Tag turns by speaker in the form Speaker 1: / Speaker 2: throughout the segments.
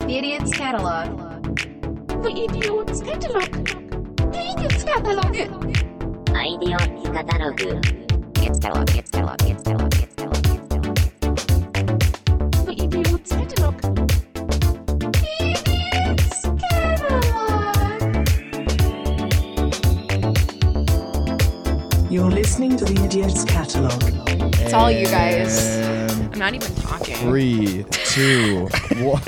Speaker 1: The Idiot's Catalog.
Speaker 2: The Idiot's Catalog. The Idiot's Catalog.
Speaker 3: Idiot's Catalog.
Speaker 4: It's catalog, it's catalog, it's catalog, it's catalog, it's catalog.
Speaker 2: The Idiot's Catalog. The Idiot's Catalog.
Speaker 5: You're listening to the Idiot's Catalog.
Speaker 6: It's all you guys.
Speaker 7: And
Speaker 6: I'm not even talking.
Speaker 7: Three, two, one.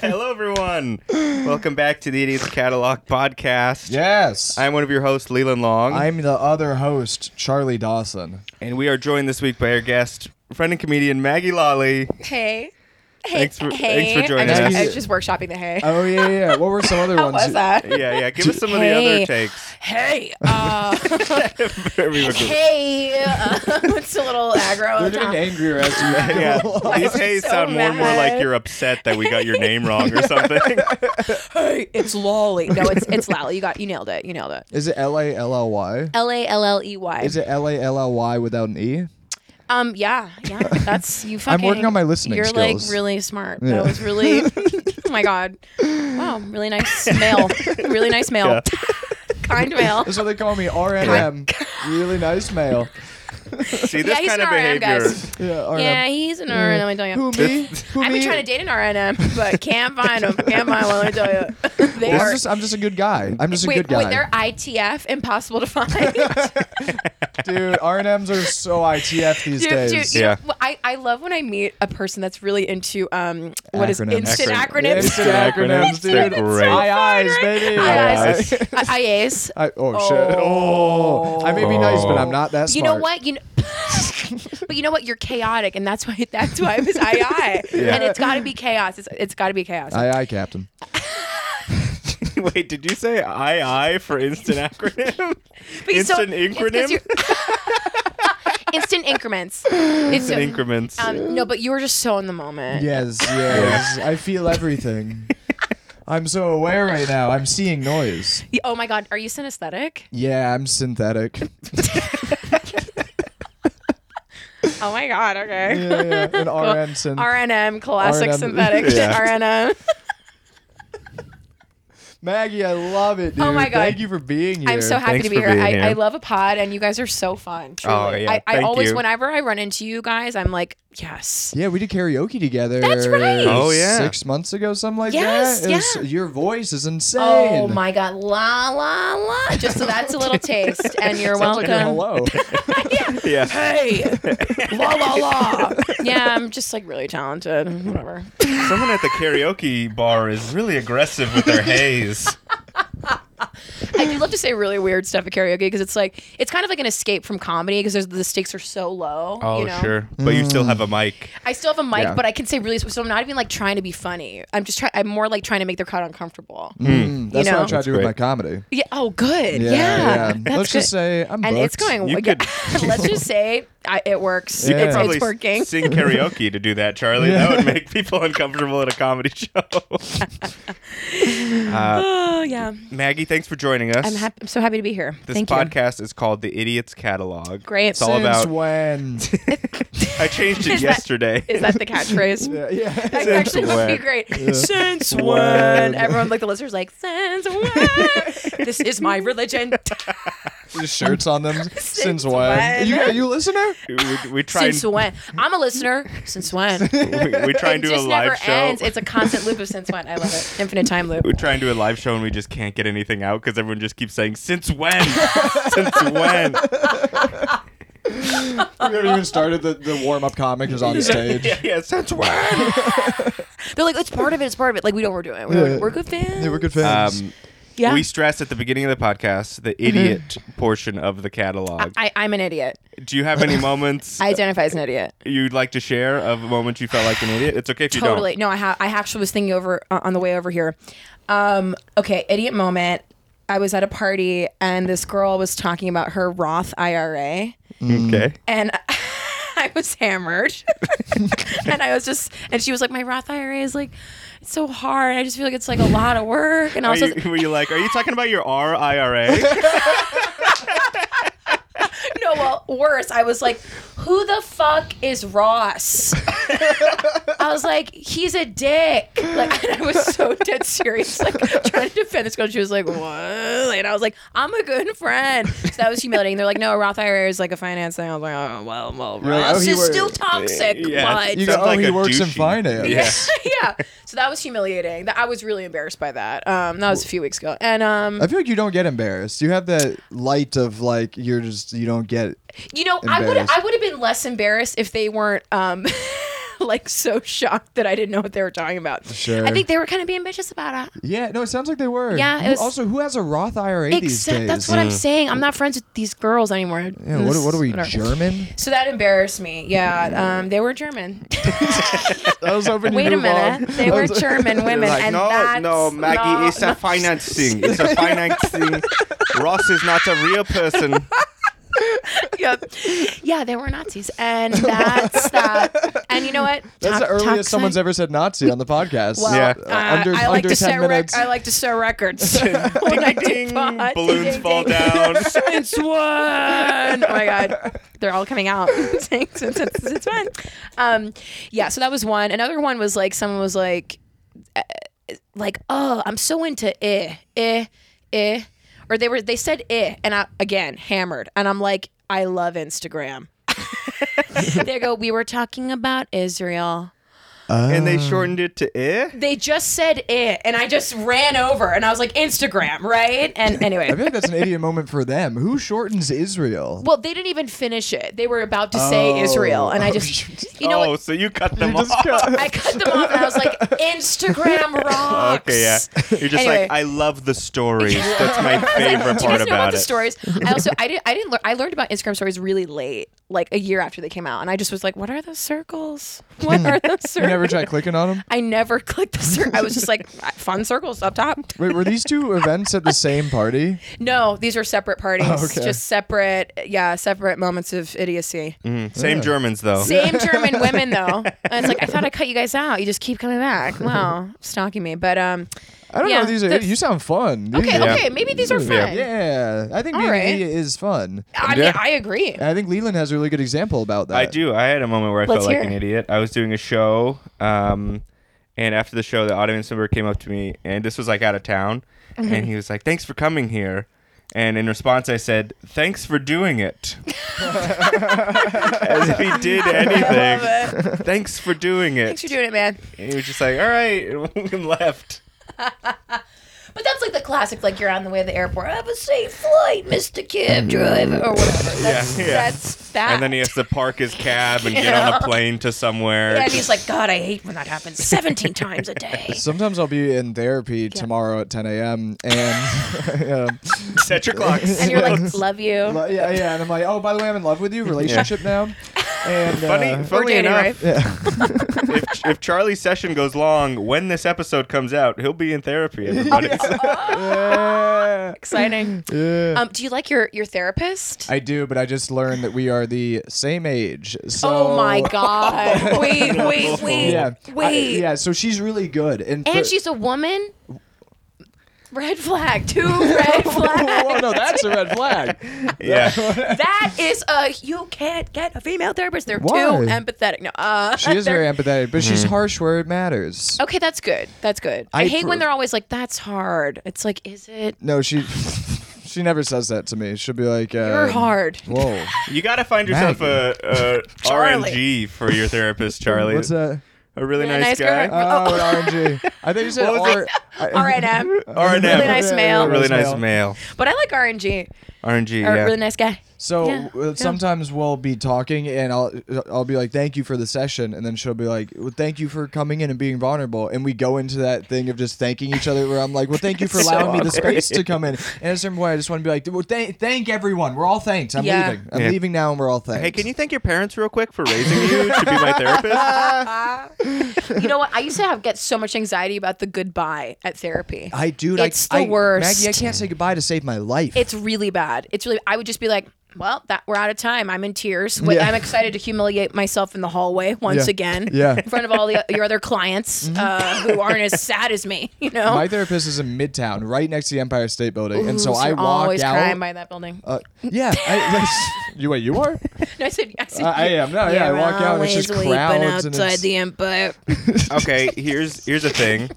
Speaker 8: Hello, everyone. Welcome back to the Idiots Catalog podcast.
Speaker 7: Yes.
Speaker 8: I'm one of your hosts, Leland Long,
Speaker 7: I'm the other host, Charlie Dawson.
Speaker 8: and we are joined this week by our guest, friend and comedian Maggie Lolly.
Speaker 6: Hey. Hey.
Speaker 8: Thanks for-
Speaker 6: hey.
Speaker 8: thanks for joining
Speaker 6: I just,
Speaker 7: us.
Speaker 6: I was just workshopping the hey.
Speaker 7: Oh yeah, yeah. yeah. What were some other
Speaker 6: How
Speaker 7: ones?
Speaker 6: was that?
Speaker 8: Yeah, yeah. Give us some of the
Speaker 6: Hey.
Speaker 8: other takes.
Speaker 6: Hey. Uh,
Speaker 8: Very good.
Speaker 6: hey. Uh, it's a little aggro.
Speaker 7: They're
Speaker 6: on
Speaker 7: getting
Speaker 6: top.
Speaker 7: angrier as you
Speaker 8: Yeah, these
Speaker 6: I'm
Speaker 8: hays
Speaker 6: so
Speaker 8: sound more and more like
Speaker 6: mad.
Speaker 8: you're upset that we got your name wrong or something.
Speaker 6: Hey, it's lolly. No, it's it's lolly. You got you nailed it. You nailed it.
Speaker 7: Is it L A L L Y?
Speaker 6: L a l l e y.
Speaker 7: Is it L A L L Y without an E?
Speaker 6: Um. Yeah. Yeah. That's you.
Speaker 7: I'm
Speaker 6: Fucking,
Speaker 7: working on my listening
Speaker 6: You're
Speaker 7: skills.
Speaker 6: like really smart.
Speaker 7: Yeah.
Speaker 6: That was really. oh my god. Wow. Really nice mail. Really nice mail. kind mail.
Speaker 7: That's what they call me. R N M. Really nice male.
Speaker 8: See this
Speaker 6: he's
Speaker 8: kind of
Speaker 6: an RM,
Speaker 8: behavior.
Speaker 6: guys.
Speaker 7: Yeah. R
Speaker 6: Yeah,
Speaker 7: N
Speaker 6: he's an RNM. I tell
Speaker 7: M.
Speaker 6: you.
Speaker 7: Who me? Who
Speaker 6: I've
Speaker 7: me?
Speaker 6: been trying to date an RNM, but can't find him. Can't find one. Let me tell you. They
Speaker 7: Well,
Speaker 6: are.
Speaker 7: I'm just, I'm just a good guy. I'm just a
Speaker 6: wait,
Speaker 7: good guy.
Speaker 6: wait. They're ITF. Impossible to find.
Speaker 7: Dude, R and M's are so ITF these
Speaker 6: Dude,
Speaker 7: days.
Speaker 6: dude, you
Speaker 8: Yeah.
Speaker 6: know, well, I, I love when I meet a person that's really into um what is
Speaker 7: Acronyms.
Speaker 6: instant
Speaker 8: Acron-
Speaker 6: acronyms.
Speaker 7: Instant
Speaker 8: acronyms,
Speaker 7: acronyms,
Speaker 8: they're
Speaker 7: dude.
Speaker 8: great.
Speaker 7: I eyes, baby.
Speaker 6: IIs.
Speaker 7: Aye, aye.
Speaker 6: I- IAs.
Speaker 7: I, oh, shit. Oh. I may be nice, but I'm not that
Speaker 6: You
Speaker 7: smart.
Speaker 6: know what? You know, but you know what? You're chaotic, and that's why that's why it was II. And it's got to be chaos. It's, it's got to be chaos.
Speaker 7: Aye, aye, Captain.
Speaker 8: Wait, did you say I I for instant acronym?
Speaker 6: But you-
Speaker 8: instant
Speaker 6: it's 'cause
Speaker 8: incronym?
Speaker 6: you're- instant increments. It's
Speaker 8: Instant increments.
Speaker 6: Um, no, but you were just so in the moment.
Speaker 7: Yes, yes. I feel everything. I'm so aware right now. I'm seeing noise.
Speaker 6: Y- Oh my God, are you synesthetic?
Speaker 7: Yeah, I'm synthetic.
Speaker 6: Oh my God. Okay.
Speaker 7: Yeah, yeah. An RN synth.
Speaker 6: RNM, classic
Speaker 7: RNM.
Speaker 6: synthetic.
Speaker 8: Yeah.
Speaker 6: RNM.
Speaker 7: Maggie, I love it, dude.
Speaker 6: Oh my God.
Speaker 7: Thank you for being here.
Speaker 6: I'm so happy
Speaker 8: Thanks
Speaker 6: to be
Speaker 8: for
Speaker 6: here.
Speaker 8: being
Speaker 6: I,
Speaker 8: here.
Speaker 6: I love a pod, and you guys are so fun. Truly.
Speaker 8: Oh, yeah.
Speaker 6: I, I
Speaker 8: Thank
Speaker 6: always,
Speaker 8: you.
Speaker 6: whenever I run into you guys, I'm like, yes.
Speaker 7: Yeah, we did karaoke together.
Speaker 6: That's right.
Speaker 8: Oh, yeah.
Speaker 7: Six months ago, something like
Speaker 6: Yes,
Speaker 7: that. It was-
Speaker 6: yeah.
Speaker 7: your voice is insane.
Speaker 6: Oh my God, la la la! Just so that's a little taste, and you're
Speaker 7: Sounds like a
Speaker 6: welcome.
Speaker 7: hello.
Speaker 8: yeah.
Speaker 6: hey, la la la! Mm-hmm. Yeah, I'm just like really talented. Whatever.
Speaker 8: Someone at the karaoke bar is really aggressive with their haze.
Speaker 6: I do love to say really weird stuff at karaoke because it's like it's kind of like an escape from comedy because the stakes are so low.
Speaker 8: Oh,
Speaker 6: you know?
Speaker 8: But you still have a mic.
Speaker 6: I still have a mic,
Speaker 7: Yeah.
Speaker 6: but I can say really. So I'm not even like trying to be funny. I'm just trying. I'm more like trying to make the crowd uncomfortable.
Speaker 7: Mm, that's
Speaker 6: know.
Speaker 7: what I try to do with
Speaker 8: Hmm. great.
Speaker 7: my comedy.
Speaker 6: Yeah. Oh, good. Yeah. That's
Speaker 7: Let's
Speaker 6: good.
Speaker 7: just say I'm
Speaker 6: and it's
Speaker 7: booked.
Speaker 6: going.
Speaker 8: You
Speaker 6: yeah.
Speaker 8: could-
Speaker 6: Let's just say I, it works.
Speaker 7: You could
Speaker 6: It's,
Speaker 8: Probably
Speaker 6: it's working.
Speaker 8: Sing karaoke to do that, Charlie. That would make people uncomfortable at a comedy show.
Speaker 6: oh yeah.
Speaker 8: Maggie, thanks for joining us.
Speaker 6: I'm happy. I'm so happy to be here.
Speaker 8: This
Speaker 6: Thank you.
Speaker 8: podcast is called The Idiot's Catalog.
Speaker 6: Great.
Speaker 8: It's all
Speaker 7: Since
Speaker 8: about.
Speaker 7: when?
Speaker 8: I changed it
Speaker 6: Is that-
Speaker 8: yesterday.
Speaker 6: Is that the catchphrase?
Speaker 7: yeah, yeah.
Speaker 6: That actually would be
Speaker 8: when.
Speaker 6: great. Since when?
Speaker 7: When.
Speaker 6: Everyone, like the listeners, like since when? this is my religion.
Speaker 7: Just shirts on them. Since, when?
Speaker 6: when?
Speaker 7: You, are you a listener?
Speaker 8: we, we try
Speaker 6: since
Speaker 8: and
Speaker 6: when? I'm a listener. Since when?
Speaker 8: we, we try and
Speaker 6: it
Speaker 8: do a
Speaker 6: just never
Speaker 8: live show.
Speaker 6: ends. It's a constant loop of since when. I love it. Infinite time loop.
Speaker 8: we try and do a live show and we just can't get anything out because everyone just keeps saying since when, since when.
Speaker 7: We haven't even started the, the warm up comic is on stage.
Speaker 8: Yeah, yeah, since when?
Speaker 6: They're like, it's part of it. It's part of it. Like we don't overdo it. We're,
Speaker 7: Yeah.
Speaker 6: we're good fans.
Speaker 7: They were good fans.
Speaker 8: Um,
Speaker 6: Yeah. Mm-hmm.
Speaker 8: We stress at the beginning of the podcast the idiot portion of the catalog.
Speaker 6: I, I'm an idiot.
Speaker 8: Do you have any moments
Speaker 6: I identify as an idiot.
Speaker 8: you'd like to share of a moment you felt like an idiot? It's okay if you
Speaker 6: Totally.
Speaker 8: don't.
Speaker 6: No, I ha- I actually was thinking over uh, on the way over here. Um, okay, idiot moment. I was at a party and this girl was talking about her Roth IRA.
Speaker 8: Okay.
Speaker 6: and I was hammered. and I was just, and she was like, my Roth IRA is like, it's so hard. I just feel like it's like a lot of work. And I
Speaker 8: Are
Speaker 6: was
Speaker 8: you,
Speaker 6: just,
Speaker 8: were you like, are you talking about your RIRA?
Speaker 6: no, well, worse. I was like, who the fuck is Ross? I was like, he's a dick. Like, and I was so dead serious, like trying to defend this girl. She was like, what? And I was like, I'm a good friend. So that was humiliating. They're like, no, a Roth IRA is like a finance thing. I was like, oh well, well,
Speaker 7: You're like,
Speaker 6: Roths
Speaker 7: oh, he
Speaker 6: is
Speaker 7: wor-
Speaker 6: still toxic,
Speaker 8: Yeah,
Speaker 6: but
Speaker 7: You go,
Speaker 8: Sounds
Speaker 7: oh,
Speaker 8: like
Speaker 7: he
Speaker 8: a
Speaker 7: works in
Speaker 8: douchey-
Speaker 7: finance.
Speaker 8: Yeah.
Speaker 6: yeah. So that was humiliating. That- I was really embarrassed by that. Um, that was a few weeks ago, and um,
Speaker 7: I feel like you don't get embarrassed. You have that light of like you're just you don't get.
Speaker 6: You know, I would
Speaker 7: Embarrassed.
Speaker 6: I would have been less embarrassed if they weren't um like so shocked that I didn't know what they were talking about.
Speaker 7: Sure.
Speaker 6: I think they were kind of being bitches about it.
Speaker 7: Yeah, no, it sounds like they were.
Speaker 6: Yeah, it
Speaker 7: Who-
Speaker 6: was-
Speaker 7: also who has a Roth IRA these
Speaker 6: Except
Speaker 7: days?
Speaker 6: that's what I'm saying. I'm not friends with these girls anymore.
Speaker 7: yeah, what, what are we
Speaker 6: Whatever.
Speaker 7: German?
Speaker 6: So that embarrassed me. Yeah, um, they were German.
Speaker 7: I was hoping.
Speaker 6: Wait a minute, they were German women,
Speaker 8: Like,
Speaker 6: and
Speaker 8: no,
Speaker 6: that's
Speaker 8: no, Maggie,
Speaker 6: not-
Speaker 8: it's a finance thing. It's a finance thing. Ross is not a real person.
Speaker 6: yeah. yeah, they were Nazis, and that's that. And you know what?
Speaker 7: That's the
Speaker 6: Tox-
Speaker 7: earliest
Speaker 6: toxic-
Speaker 7: someone's ever said Nazi on the podcast.
Speaker 6: Well,
Speaker 8: Yeah.
Speaker 6: uh,
Speaker 7: under
Speaker 6: I like
Speaker 7: under
Speaker 6: to
Speaker 7: ten
Speaker 6: set rec-
Speaker 7: minutes.
Speaker 6: I like to set records. When I do pod-
Speaker 8: Balloons
Speaker 6: ding,
Speaker 8: fall
Speaker 6: ding.
Speaker 8: down.
Speaker 6: Since when? Oh my god, they're all coming out. saying since since since when? Um, yeah. So that was one. Another one was like someone was like, uh, like oh, I'm so into eh eh eh, or they were they said eh, and I again hammered, and I'm like, I love Instagram. they go, we were talking about Israel.
Speaker 8: and they shortened it to eh?
Speaker 6: They just said eh, and I just ran over, and I was like, Instagram, right? And anyway.
Speaker 7: I feel like that's an idiot moment for them. Who shortens Israel?
Speaker 6: Well, they didn't even finish it. They were about to say
Speaker 7: Oh.
Speaker 6: Israel, and I just, you know,
Speaker 8: oh,
Speaker 6: what?
Speaker 8: so you cut them
Speaker 7: just
Speaker 8: off.
Speaker 7: cut-
Speaker 6: I cut them off, and I was like, Instagram rocks.
Speaker 8: Okay, yeah. You're just
Speaker 6: Anyway.
Speaker 8: like, I love the stories. That's my favorite
Speaker 6: Do you
Speaker 8: part
Speaker 6: guys know about
Speaker 8: about
Speaker 6: the
Speaker 8: it.
Speaker 6: stories? I also I didn't I didn't learn I learned about Instagram stories really late, like a year after they came out, and I just was like, what are those circles? What are those circles?
Speaker 7: You never try clicking on them.
Speaker 6: I never clicked the circle. I was just like, fun circles up top.
Speaker 7: Wait, were these two events at the same party?
Speaker 6: No, these are separate parties.
Speaker 7: Oh, okay.
Speaker 6: Just separate, yeah, separate moments of idiocy.
Speaker 8: Mm. Same Germans, though.
Speaker 6: Same German women though. And it's like I thought I cut you guys out. You just keep coming back. Wow, stalking me. But um,
Speaker 7: I don't
Speaker 6: Yeah,
Speaker 7: know. These are
Speaker 6: that's-
Speaker 7: you sound fun. These
Speaker 6: okay,
Speaker 7: are-
Speaker 6: okay, maybe these are fun.
Speaker 7: Yeah, I think
Speaker 6: All
Speaker 7: being
Speaker 6: right.
Speaker 7: an idiot is fun.
Speaker 6: I mean,
Speaker 8: Yeah.
Speaker 6: I agree.
Speaker 7: And I think Leland has a really good example about that.
Speaker 8: I do. I had a moment where I
Speaker 6: Let's
Speaker 8: felt like
Speaker 6: hear
Speaker 8: an
Speaker 6: it.
Speaker 8: idiot. I was doing a show, um, and after the show, the audience member came up to me, and this was like out of town,
Speaker 6: Mm-hmm.
Speaker 8: and he was like, "Thanks for coming here." And in response, I said, "Thanks for doing it," as if he did anything. Thanks for doing it.
Speaker 6: Thanks for doing it, man.
Speaker 8: and he was just like, "All right," and left.
Speaker 6: But that's like the classic. Like you're on the way to the airport. Have a safe flight, Mr. Cab driver, or whatever. That's,
Speaker 8: Mm-hmm. yeah.
Speaker 6: that's that.
Speaker 8: And then he has to park his cab and get on a plane to somewhere.
Speaker 6: and he's like, God, I hate when that happens 17 times a day.
Speaker 7: Sometimes I'll be in therapy tomorrow at 10 a.m. and yeah,
Speaker 8: set your clocks.
Speaker 6: And you're like, love you.
Speaker 7: But yeah, yeah, and I'm like, oh, by the way, I'm in love with you, relationship now. And uh,
Speaker 8: funny,
Speaker 6: We're
Speaker 8: funny
Speaker 6: dating,
Speaker 8: enough,
Speaker 6: right?
Speaker 8: if, if Charlie's session goes long, when this episode comes out, he'll be in therapy. Everybody.
Speaker 7: yeah,
Speaker 6: Exciting.
Speaker 7: yeah.
Speaker 6: Um, do you like your your therapist?
Speaker 7: I do, but I just learned that we are the same age. So
Speaker 6: Oh my god! Wait, wait, wait,
Speaker 7: Yeah, I-
Speaker 6: wait!
Speaker 7: yeah. So she's really good, and for-
Speaker 6: And she's a woman. Red flag. Two red flags.
Speaker 7: Whoa, no, that's a red flag.
Speaker 8: yeah.
Speaker 6: that is a you can't get a female therapist. They're
Speaker 7: Why?
Speaker 6: too empathetic. No, uh,
Speaker 7: She is
Speaker 6: they're- Oh.
Speaker 7: very empathetic, but
Speaker 8: Hmm.
Speaker 7: she's harsh where it matters.
Speaker 6: Okay, that's good. That's good. I,
Speaker 7: I
Speaker 6: hate when
Speaker 7: pr-
Speaker 6: they're always like, "That's hard." It's like, is it?
Speaker 7: No, she she never says that to me. She'll be like, uh,
Speaker 6: You're hard.
Speaker 7: Whoa,
Speaker 8: You got to find yourself a, a
Speaker 6: Charlie.
Speaker 8: RNG for your therapist, Charlie.
Speaker 7: what's that?
Speaker 8: A really
Speaker 6: Yeah, nice
Speaker 8: nice,
Speaker 6: guy.
Speaker 8: guy.
Speaker 7: Oh, an RNG. I think you said
Speaker 8: What was
Speaker 7: R.
Speaker 8: it?
Speaker 6: All right, M.
Speaker 8: RNM.
Speaker 6: Really nice
Speaker 7: Yeah,
Speaker 6: male.
Speaker 8: Really nice
Speaker 7: male.
Speaker 8: male.
Speaker 6: But I like RNG.
Speaker 8: RNG,
Speaker 6: Or
Speaker 8: yeah.
Speaker 6: really nice guy.
Speaker 7: So
Speaker 6: Yeah,
Speaker 7: uh, sometimes we'll be talking, and I'll I'll be like, "Thank you for the session," and then she'll be like, well, "Thank you for coming in and being vulnerable." And we go into that thing of just thanking each other. Where I'm like, "Well, thank you for
Speaker 6: So
Speaker 7: allowing me the
Speaker 8: awkward.
Speaker 7: space to come in." And at a certain point, I just want to be like, "Well, thank thank everyone. We're all thanked. I'm
Speaker 6: Yeah.
Speaker 7: leaving. I'm
Speaker 8: Yeah.
Speaker 7: leaving now, and we're all thanked."
Speaker 8: Hey, can you thank your parents real quick for raising you to be my therapist?
Speaker 6: You know what? I used to have get so much anxiety about the goodbye at therapy.
Speaker 7: I dude,
Speaker 6: It's
Speaker 7: I,
Speaker 6: the
Speaker 7: I-
Speaker 6: worst.
Speaker 7: Maggie, I can't say goodbye to save my life.
Speaker 6: It's really bad. It's really. I would just be like, Well, that we're out of time. I'm in tears. Wait,
Speaker 7: Yeah.
Speaker 6: I'm excited to humiliate myself in the hallway once
Speaker 7: Yeah.
Speaker 6: again.
Speaker 7: Yeah. Mm-hmm.
Speaker 6: In front of all the, your other clients uh, who aren't as sad as me, you know?
Speaker 7: My therapist is in Midtown, right next to the Empire State Building, and so
Speaker 6: Ooh,
Speaker 7: I
Speaker 6: you're
Speaker 7: walk
Speaker 6: always
Speaker 7: out.
Speaker 6: crying by that building.
Speaker 7: uh, yeah, I, you wait, you are?
Speaker 6: No, I said, I, said,
Speaker 7: uh, I- I am. No, yeah, I
Speaker 6: "You're
Speaker 7: walk out and it's just
Speaker 6: always weeping
Speaker 7: crowds and
Speaker 6: outside
Speaker 7: it's-
Speaker 6: the empire.
Speaker 8: okay here's here's a thing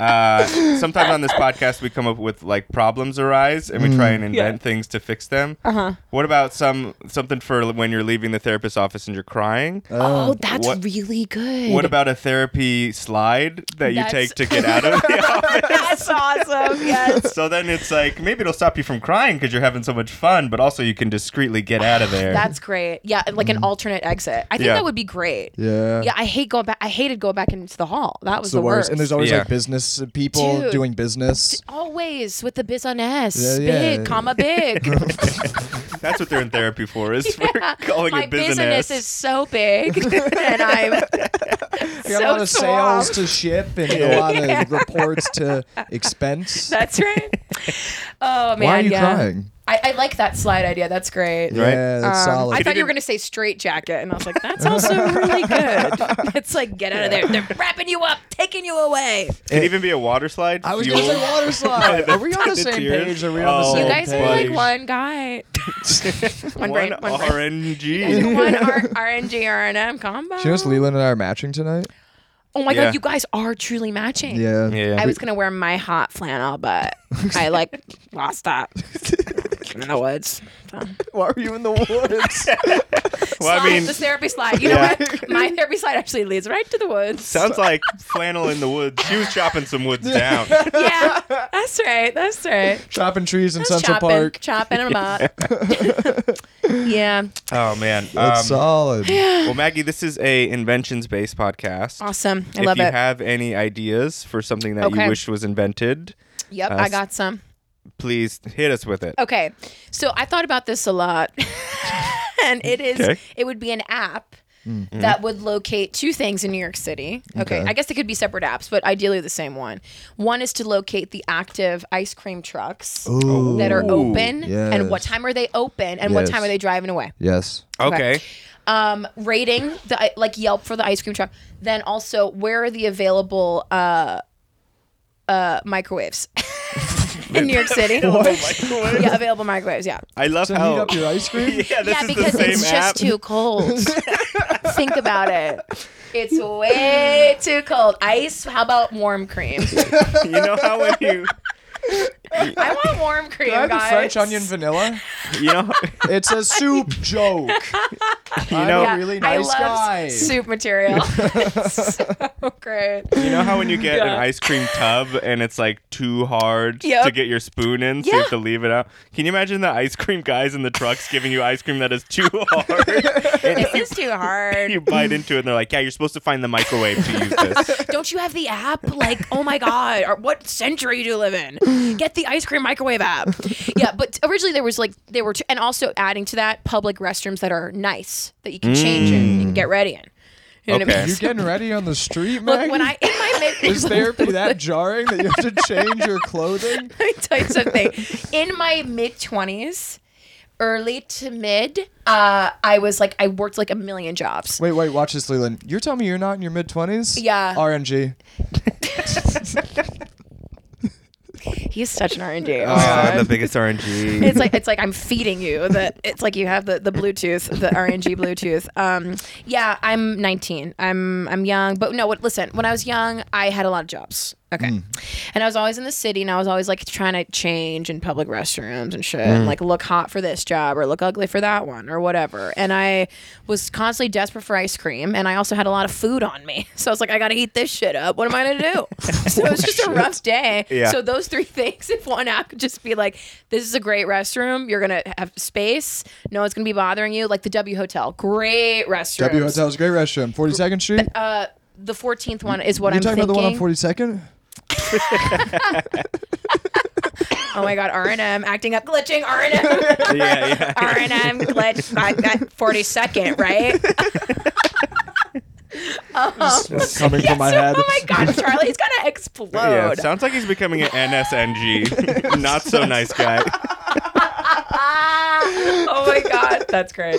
Speaker 8: uh sometimes on this podcast we come up with like problems arise and we try
Speaker 6: Mm.
Speaker 8: and invent things to fix them uh-huh what about some something for when you're leaving the therapist's office and you're crying
Speaker 7: Uh,
Speaker 6: oh, that's
Speaker 8: what-
Speaker 6: really good.
Speaker 8: what about a therapy slide that you
Speaker 6: That's-
Speaker 8: take to get out of the office
Speaker 6: That's awesome. Yes.
Speaker 8: so then it's like maybe it'll stop you from crying because you're having so much fun but also you can discreetly get out of there
Speaker 6: That's great. Yeah, like
Speaker 7: Mm-hmm.
Speaker 6: an alternate exit. I think
Speaker 8: Yeah.
Speaker 6: that would be great.
Speaker 7: Yeah.
Speaker 6: Yeah, I hate going back. I hated going back into the hall. That was
Speaker 7: It's the worst. And there's always
Speaker 8: Yeah.
Speaker 7: like business people
Speaker 6: Dude.
Speaker 7: doing business.
Speaker 6: always with the biz on S.
Speaker 7: Yeah, yeah.
Speaker 6: Big, comma big.
Speaker 8: that's what they're in therapy for is
Speaker 6: Yeah.
Speaker 8: for calling
Speaker 6: My
Speaker 8: it business
Speaker 6: business is so big, and I'm
Speaker 7: I got a lot
Speaker 6: so
Speaker 7: of sales
Speaker 6: swamped.
Speaker 7: to ship and a lot of reports to expense.
Speaker 6: That's right. Oh man,
Speaker 7: Why are you
Speaker 6: yeah.
Speaker 7: crying?
Speaker 6: I, I like that slide idea. That's great.
Speaker 8: Right?
Speaker 7: Yeah, that's
Speaker 6: Um,
Speaker 7: solid.
Speaker 6: I thought you were gonna say straight jacket, and I was like, "That's also really good." It's like, get out of there! They're wrapping you up, taking you away.
Speaker 8: Could even be a water slide
Speaker 7: Eh, I was
Speaker 8: fueled-
Speaker 7: going to say water slide. Are we on the
Speaker 8: The
Speaker 7: same
Speaker 8: tears.
Speaker 7: page? Are we on the
Speaker 8: Oh,
Speaker 7: same
Speaker 6: You guys are
Speaker 8: buddy.
Speaker 6: like one guy. one, brain,
Speaker 8: one
Speaker 6: one brain.
Speaker 8: RNG.
Speaker 6: One R- RNG RNM combo.
Speaker 7: Do you notice Leland and I are matching tonight?
Speaker 6: oh my
Speaker 8: Yeah.
Speaker 6: god, you guys are truly matching.
Speaker 7: Yeah.
Speaker 8: Yeah.
Speaker 6: I was gonna wear my hot flannel, but I like lost that in the woods. So.
Speaker 7: Why are you in the woods?
Speaker 8: well, I
Speaker 6: Slide,
Speaker 8: mean,
Speaker 6: the therapy slide. You know
Speaker 8: Yeah.
Speaker 6: what? My therapy slide actually leads right to the woods.
Speaker 8: sounds like flannel in the woods. She was chopping some woods down.
Speaker 6: yeah, that's right. That's right.
Speaker 7: chopping trees in Central
Speaker 6: chopping,
Speaker 7: Park.
Speaker 6: chopping them up. yeah,
Speaker 8: Oh man.
Speaker 7: That's
Speaker 8: Um,
Speaker 7: solid.
Speaker 8: well, Maggie, this is a inventions-based podcast.
Speaker 6: awesome. I
Speaker 8: if
Speaker 6: love
Speaker 8: you
Speaker 6: it.
Speaker 8: have any ideas for something that
Speaker 6: Okay.
Speaker 8: you wish was invented,
Speaker 6: yep,
Speaker 8: uh,
Speaker 6: I got some.
Speaker 8: please hit us with it.
Speaker 6: Okay, so I thought about this a lot, and it is
Speaker 8: Okay.
Speaker 6: it would be an app that would locate two things in New York City. Okay.
Speaker 7: Okay.
Speaker 6: I guess they could be separate apps, but ideally the same one. One is to locate the active ice cream trucks
Speaker 7: Ooh.
Speaker 6: that are
Speaker 8: Ooh,
Speaker 6: open, and what
Speaker 7: yes.
Speaker 6: time are they open, and what
Speaker 7: Yes.
Speaker 6: time are they driving away.
Speaker 7: Yes.
Speaker 6: Oh,
Speaker 8: Okay.
Speaker 6: um, rating the like Yelp for the ice cream truck. Then also, where are the available uh, uh, microwaves in New York City? yeah, available microwaves. Yeah,
Speaker 8: Oh, I love
Speaker 7: To
Speaker 8: how.
Speaker 7: heat up your ice cream?
Speaker 8: yeah, this
Speaker 6: yeah,
Speaker 8: is
Speaker 6: because
Speaker 8: the same
Speaker 6: it's
Speaker 8: app.
Speaker 6: just too cold. Think about it. It's way too cold. Ice. How about warm cream?
Speaker 8: you know how when you,
Speaker 6: I want warm cream,
Speaker 7: Do I have the
Speaker 6: guys.
Speaker 7: French onion vanilla?
Speaker 8: you know,
Speaker 7: It's a soup joke.
Speaker 8: you know,
Speaker 7: Yeah. really
Speaker 6: I
Speaker 7: nice
Speaker 6: love
Speaker 7: guy.
Speaker 6: soup material. It's so great.
Speaker 8: you know how when you get
Speaker 6: Yeah.
Speaker 8: an ice cream tub and it's like too hard
Speaker 6: Yep.
Speaker 8: to get your spoon in, so you
Speaker 6: Yeah.
Speaker 8: have to leave it out. Can you imagine the ice cream guys in the trucks giving you ice cream that is too hard? And
Speaker 6: This is too hard.
Speaker 8: you bite into it and they're like, yeah, you're supposed to find the microwave to use this.
Speaker 6: Don't you have the app? Like, oh my God, or what century do you live in? Get the ice cream microwave app. Yeah, but originally there was like, there were, two, and also adding to that, public restrooms that are nice that you can change in and get ready in. You know what I
Speaker 8: Okay.
Speaker 6: mean?
Speaker 7: Mm. You getting ready on the street, Maggie?
Speaker 6: Look, when I, in my mid,
Speaker 7: Is therapy that jarring that you have to change your clothing?
Speaker 6: let me tell you something. In my mid 20s, early to mid, uh, I was like, I worked like a million jobs.
Speaker 7: Wait, wait, watch this, Leland. You're telling me you're not in your mid twenties?
Speaker 6: Yeah.
Speaker 7: RNG.
Speaker 6: He's such an R&D.
Speaker 8: Oh, the biggest RNG.
Speaker 6: it's like it's like I'm feeding you that it's like you have the, the Bluetooth, the RNG Bluetooth. Um, yeah, I'm 19. I'm I'm young, but no. What? Listen, when I was young, I had a lot of jobs. Okay, and I was always in the city, and I was always like trying to change in public restrooms and shit, and like look hot for this job or look ugly for that one or whatever. And I was constantly desperate for ice cream, and I also had a lot of food on me, so I was like, I gotta eat this shit up. What am I gonna do? so it was just a rough day.
Speaker 8: Yeah.
Speaker 6: So those three things if one app could just be like this is a great restroom you're gonna have space no one's gonna be bothering you like the w hotel great restroom
Speaker 7: W Hotel's a great restaurant. Forty second Street?
Speaker 6: the 14th one is uh, what
Speaker 7: you
Speaker 6: i'm
Speaker 7: talking
Speaker 6: thinking
Speaker 7: about the one on forty second?
Speaker 6: oh my god r&m acting up glitching r&m
Speaker 8: yeah, yeah.
Speaker 6: r&m glitch i got 42nd right
Speaker 7: Coming from my head.
Speaker 6: oh my god charlie's gonna explode
Speaker 8: Yeah, sounds like he's becoming an NSNG. Not so nice guy.
Speaker 6: oh my god, that's great.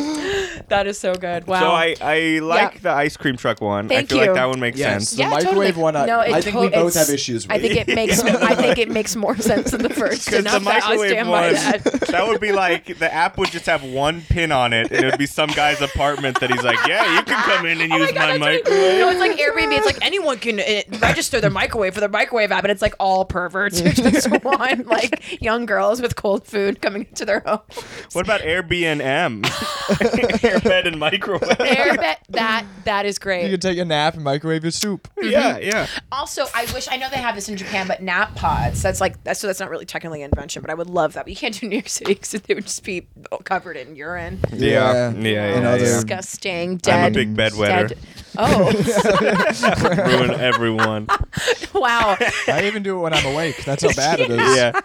Speaker 6: That is so good. Wow.
Speaker 8: So I, I like the ice cream truck one.
Speaker 6: Thank
Speaker 8: I feel
Speaker 6: you.
Speaker 8: like that one makes
Speaker 7: Yes.
Speaker 8: sense.
Speaker 7: The microwave one, I-
Speaker 6: it
Speaker 7: I think we both
Speaker 6: it's-
Speaker 7: have issues with.
Speaker 6: I think it makes. I think it makes more sense than the first.
Speaker 8: Because
Speaker 6: And
Speaker 8: the
Speaker 6: I'm not- I
Speaker 8: microwave
Speaker 6: stand by
Speaker 8: one,
Speaker 6: that.
Speaker 8: that would be like the app would just have one pin on it, and it would be some guy's apartment that he's like, "Yeah, you can come in and
Speaker 6: Oh
Speaker 8: use
Speaker 6: God,
Speaker 8: my,
Speaker 6: that's right.
Speaker 8: microwave."
Speaker 6: No, it's like Airbnb. It's like anyone can uh, register their microwave for their microwave app, and it's like all perverts who just want like young girls with cold food coming into their home.
Speaker 8: What about Airbnb? Airbed and microwave.
Speaker 6: Airbed, that that is great.
Speaker 7: You can take a nap and microwave your soup.
Speaker 8: yeah, yeah.
Speaker 6: Also, I wish I know they have this in Japan, but nap pods. That's like that's so that's not really technically an invention, but I would love that. But you can't do New York City because they would just be covered in urine.
Speaker 8: Yeah. Yeah, yeah,
Speaker 7: And
Speaker 8: yeah,
Speaker 7: other-
Speaker 8: yeah.
Speaker 6: Disgusting. Dead.
Speaker 8: I'm a big bedwetter.
Speaker 6: dead. Oh
Speaker 8: Ruin everyone.
Speaker 6: wow!
Speaker 7: I even do it when I'm awake. That's how bad it is.
Speaker 8: Yeah.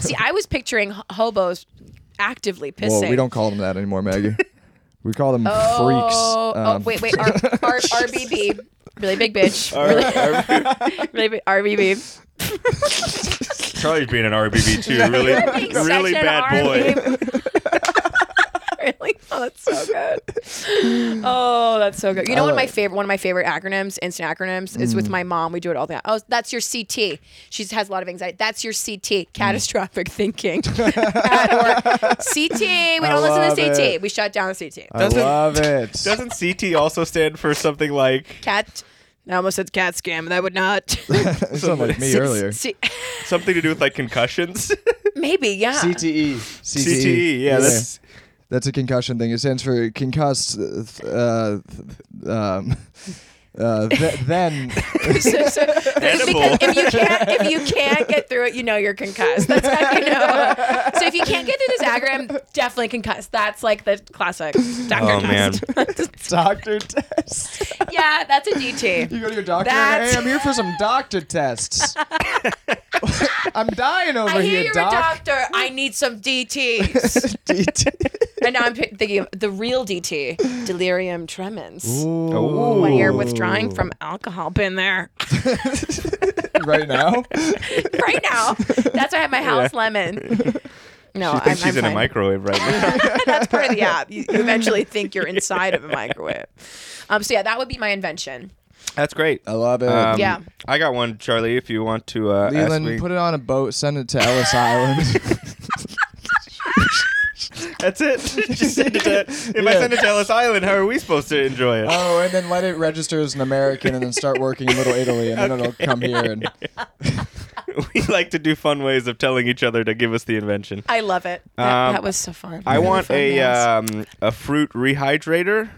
Speaker 6: See, I was picturing h- hobos actively pissing.
Speaker 7: Well, we don't call them that anymore, Maggie. We call them
Speaker 6: Oh,
Speaker 7: freaks.
Speaker 6: oh
Speaker 7: Um,
Speaker 6: wait, wait. R- R- RBB. Really big bitch. really, really big RBB.
Speaker 8: Charlie's being an RBB too. Really,
Speaker 6: Being
Speaker 8: really
Speaker 6: such an
Speaker 8: bad boy.
Speaker 6: RBB. really? Oh, that's so good. Oh, that's so good. You know,
Speaker 7: I
Speaker 6: one of my
Speaker 7: like- Mm.
Speaker 6: favorite, one of my favorite acronyms, instant acronyms, is with my mom. We do it all the time. Oh, that's your CT. She has a lot of anxiety. That's your
Speaker 7: Mm.
Speaker 6: CT. Catastrophic thinking. At work. CT. We don't listen
Speaker 7: love
Speaker 6: to CT.
Speaker 7: it.
Speaker 6: We shut down the CT.
Speaker 7: I
Speaker 8: Doesn't-
Speaker 7: love it.
Speaker 8: Doesn't CT also stand for something like
Speaker 6: cat. I almost said cat scam. That would not.
Speaker 7: It sounded like me earlier.
Speaker 6: See-
Speaker 8: something to do with like concussions?
Speaker 6: Maybe, yeah.
Speaker 8: E.
Speaker 7: CTE.
Speaker 8: CTE. E, Yeah, that's
Speaker 7: E. That's a concussion thing. It stands for concussed. Uh, th- um, uh, th- then
Speaker 6: so, so,
Speaker 8: Edible.
Speaker 6: because if you can't if you can't get through it, you know you're concussed. That's how you know. So if you can't get through this acronym, definitely concussed. That's like the classic Dr.
Speaker 8: Oh, man.
Speaker 6: Test.
Speaker 7: doctor test.
Speaker 6: yeah, that's a DT.
Speaker 7: You go to your doctor. and,
Speaker 6: That's-
Speaker 7: hey, I'm here for some doctor tests. I'm dying over
Speaker 6: I hear
Speaker 7: here,
Speaker 6: you're a
Speaker 7: doc.
Speaker 6: doctor. I need some DTs. and now I'm pi- thinking of the real DT, delirium tremens.
Speaker 7: Ooh.
Speaker 6: When you're withdrawing from alcohol, been there.
Speaker 7: right now.
Speaker 6: right now. That's why I have my house lemon. No,
Speaker 8: She
Speaker 6: Oh, I'm,
Speaker 8: thinks she's
Speaker 6: I'm
Speaker 8: in a
Speaker 6: fine.
Speaker 8: microwave right now.
Speaker 6: That's part of the app. You, you eventually think you're inside of a microwave. Um, so yeah, that would be my invention.
Speaker 8: That's great.
Speaker 7: I love it.
Speaker 8: Um,
Speaker 6: Yeah.
Speaker 8: I got one, Charlie. If you want to uh, ask
Speaker 7: Leland,
Speaker 8: me,
Speaker 7: put it on a boat, send it to Ellis Island.
Speaker 8: that's it. Just send it to- if I
Speaker 7: Yeah.
Speaker 8: send it to Ellis Island, how are we supposed to enjoy it?
Speaker 7: oh, and then let it register as an American and then start working in Little Italy and then it'll come here and
Speaker 8: we like to do fun ways of telling each other to give us the invention.
Speaker 6: I love it. That,
Speaker 8: Um,
Speaker 6: that was so fun.
Speaker 8: I
Speaker 6: Really
Speaker 8: want
Speaker 6: fun,
Speaker 8: a
Speaker 6: yes.
Speaker 8: um, a fruit rehydrator,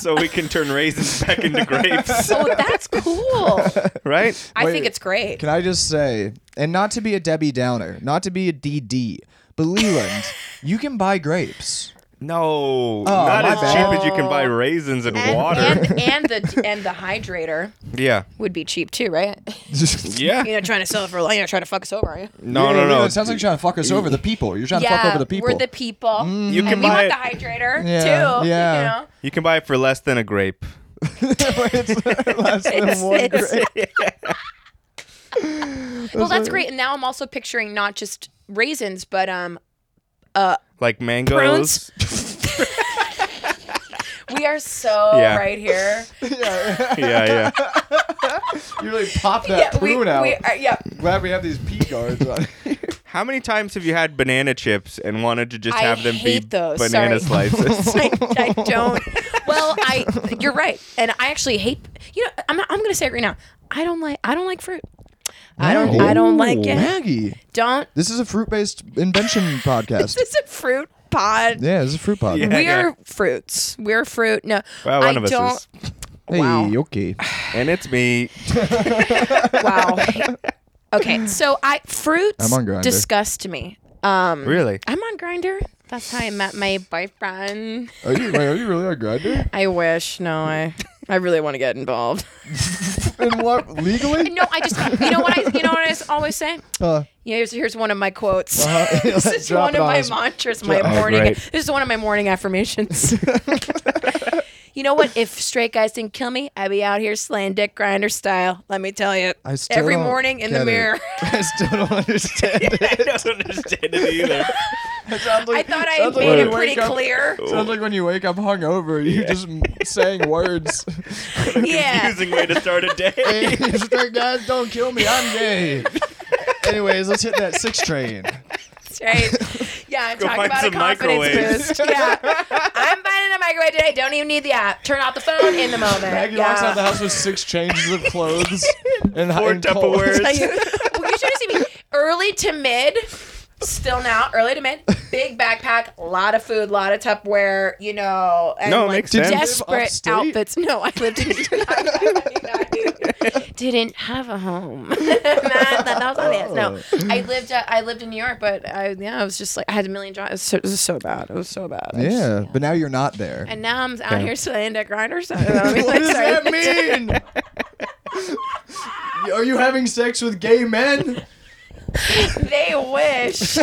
Speaker 8: so we can turn raisins back into grapes.
Speaker 6: oh, that's cool.
Speaker 8: Right?
Speaker 6: I
Speaker 7: Wait.
Speaker 6: think it's great.
Speaker 7: Can I just say, and not to be a Debbie Downer, not to be a DD, but Leland, you can buy grapes.
Speaker 8: No, not
Speaker 7: Oh, my
Speaker 8: as
Speaker 7: bad.
Speaker 8: cheap as you can buy raisins and,
Speaker 6: and,
Speaker 8: water.
Speaker 6: and and the and the hydrator
Speaker 8: yeah,
Speaker 6: would be cheap too, right?
Speaker 8: yeah.
Speaker 6: You're not trying to sell it for you're not trying to fuck us over, are you?
Speaker 8: No, no,
Speaker 7: Leland,
Speaker 8: no.
Speaker 7: It sounds like you're trying to fuck us over, the people. You're trying to
Speaker 6: yeah,
Speaker 7: fuck over the people.
Speaker 6: we're the people.
Speaker 8: You can
Speaker 6: and we
Speaker 8: buy
Speaker 6: want
Speaker 8: it-
Speaker 6: the hydrator
Speaker 7: Yeah,
Speaker 6: too.
Speaker 7: yeah.
Speaker 6: You know?
Speaker 8: you can buy it for less than a grape.
Speaker 7: it's less than one
Speaker 6: It's-
Speaker 7: grape.
Speaker 6: Well, that's great. And now I'm also picturing not just raisins, but um, uh,
Speaker 8: Like mangoes.
Speaker 6: we are so
Speaker 8: Yeah.
Speaker 6: right here.
Speaker 8: yeah, yeah.
Speaker 7: You really pop that
Speaker 6: we,
Speaker 7: prune out.
Speaker 6: we are, yeah.
Speaker 7: Glad we have these pea guards on.
Speaker 8: How many times have you had banana chips and wanted to just
Speaker 6: I
Speaker 8: have them be
Speaker 6: hate those.
Speaker 8: banana
Speaker 6: Sorry.
Speaker 8: slices?
Speaker 6: I, I don't. Well, I you're right, and I actually hate. You know, I'm I'm gonna say it right now. I don't like I don't like fruit. I don't I don't like
Speaker 7: Ooh,
Speaker 6: it.
Speaker 7: Maggie,
Speaker 6: Don't.
Speaker 7: this is a fruit-based invention podcast.
Speaker 6: This is a fruit pod.
Speaker 7: Yeah, this is a fruit pod.
Speaker 8: Yeah.
Speaker 6: We are fruits. We're fruit. No,
Speaker 8: well,
Speaker 6: I
Speaker 8: one of us
Speaker 6: don't.
Speaker 8: is.
Speaker 7: Hey,
Speaker 6: Wow.
Speaker 7: okay.
Speaker 8: And it's me.
Speaker 6: Wow. Okay, so I fruits
Speaker 7: I'm on Grindr.
Speaker 6: disgust me. Um,
Speaker 8: Really?
Speaker 6: I'm on Grinder. That's how I met my boyfriend.
Speaker 7: Are you, wait, are you really on Grinder?
Speaker 6: I wish. No, I. I really want to get involved.
Speaker 7: In what legally?
Speaker 6: No, I just. You know what I. You know what I s- always say.
Speaker 7: Uh,
Speaker 6: Here's here's one of my quotes.
Speaker 7: uh,
Speaker 6: This is
Speaker 7: drop
Speaker 6: one
Speaker 7: it
Speaker 6: of
Speaker 7: on
Speaker 6: my
Speaker 7: us.
Speaker 6: mantras. My
Speaker 8: Oh,
Speaker 6: morning.
Speaker 8: great.
Speaker 6: This is one of my morning affirmations. you know what? If straight guys didn't kill me, I'd be out here slaying dick grinder style. Let me tell you.
Speaker 7: I still
Speaker 6: every
Speaker 7: don't
Speaker 6: morning in
Speaker 7: get
Speaker 6: the
Speaker 7: it.
Speaker 6: mirror.
Speaker 7: I still don't understand it.
Speaker 8: I don't understand it either.
Speaker 7: It sounds like-
Speaker 6: I thought I
Speaker 7: sounds like
Speaker 6: made
Speaker 7: when
Speaker 6: it
Speaker 7: you
Speaker 6: pretty
Speaker 7: wake up-
Speaker 6: clear.
Speaker 7: Sounds like when you wake up hungover, you're just m- saying words.
Speaker 6: yeah.
Speaker 8: Confusing way to start a day.
Speaker 7: Hey, straight guys, don't kill me. I'm gay. Anyways, let's hit that six train.
Speaker 6: Uh, That's right. Yeah, I'm
Speaker 8: Go
Speaker 6: talking
Speaker 8: find
Speaker 6: about a
Speaker 8: some
Speaker 6: confidence
Speaker 8: microwaves.
Speaker 6: boost. Yeah. I'm finding a microwave today. Don't even need the app. Turn off the phone in the moment.
Speaker 7: Maggie
Speaker 6: yeah.
Speaker 7: walks out the house with six changes of clothes and
Speaker 8: Four
Speaker 7: and cold-
Speaker 8: Tupperwares.
Speaker 6: well, you should have seen me early to mid. Still now, early to mid, big backpack, lot of food, lot of Tupperware, you know, and
Speaker 8: No, it
Speaker 6: like
Speaker 8: makes sense.
Speaker 6: desperate
Speaker 7: Did you live upstate?
Speaker 6: outfits. No, I lived in didn't have a home. Oh. that, that was obvious. No, I lived uh, I lived in New York, but I yeah, I was just like I had a million jobs. It was so, it was so bad. It was so bad. I just-
Speaker 7: Yeah, but now you're not there.
Speaker 6: and now I'm out
Speaker 8: Okay.
Speaker 6: here slaying at grinders.
Speaker 7: what does that mean? Are you having sex with gay men?
Speaker 6: They wish.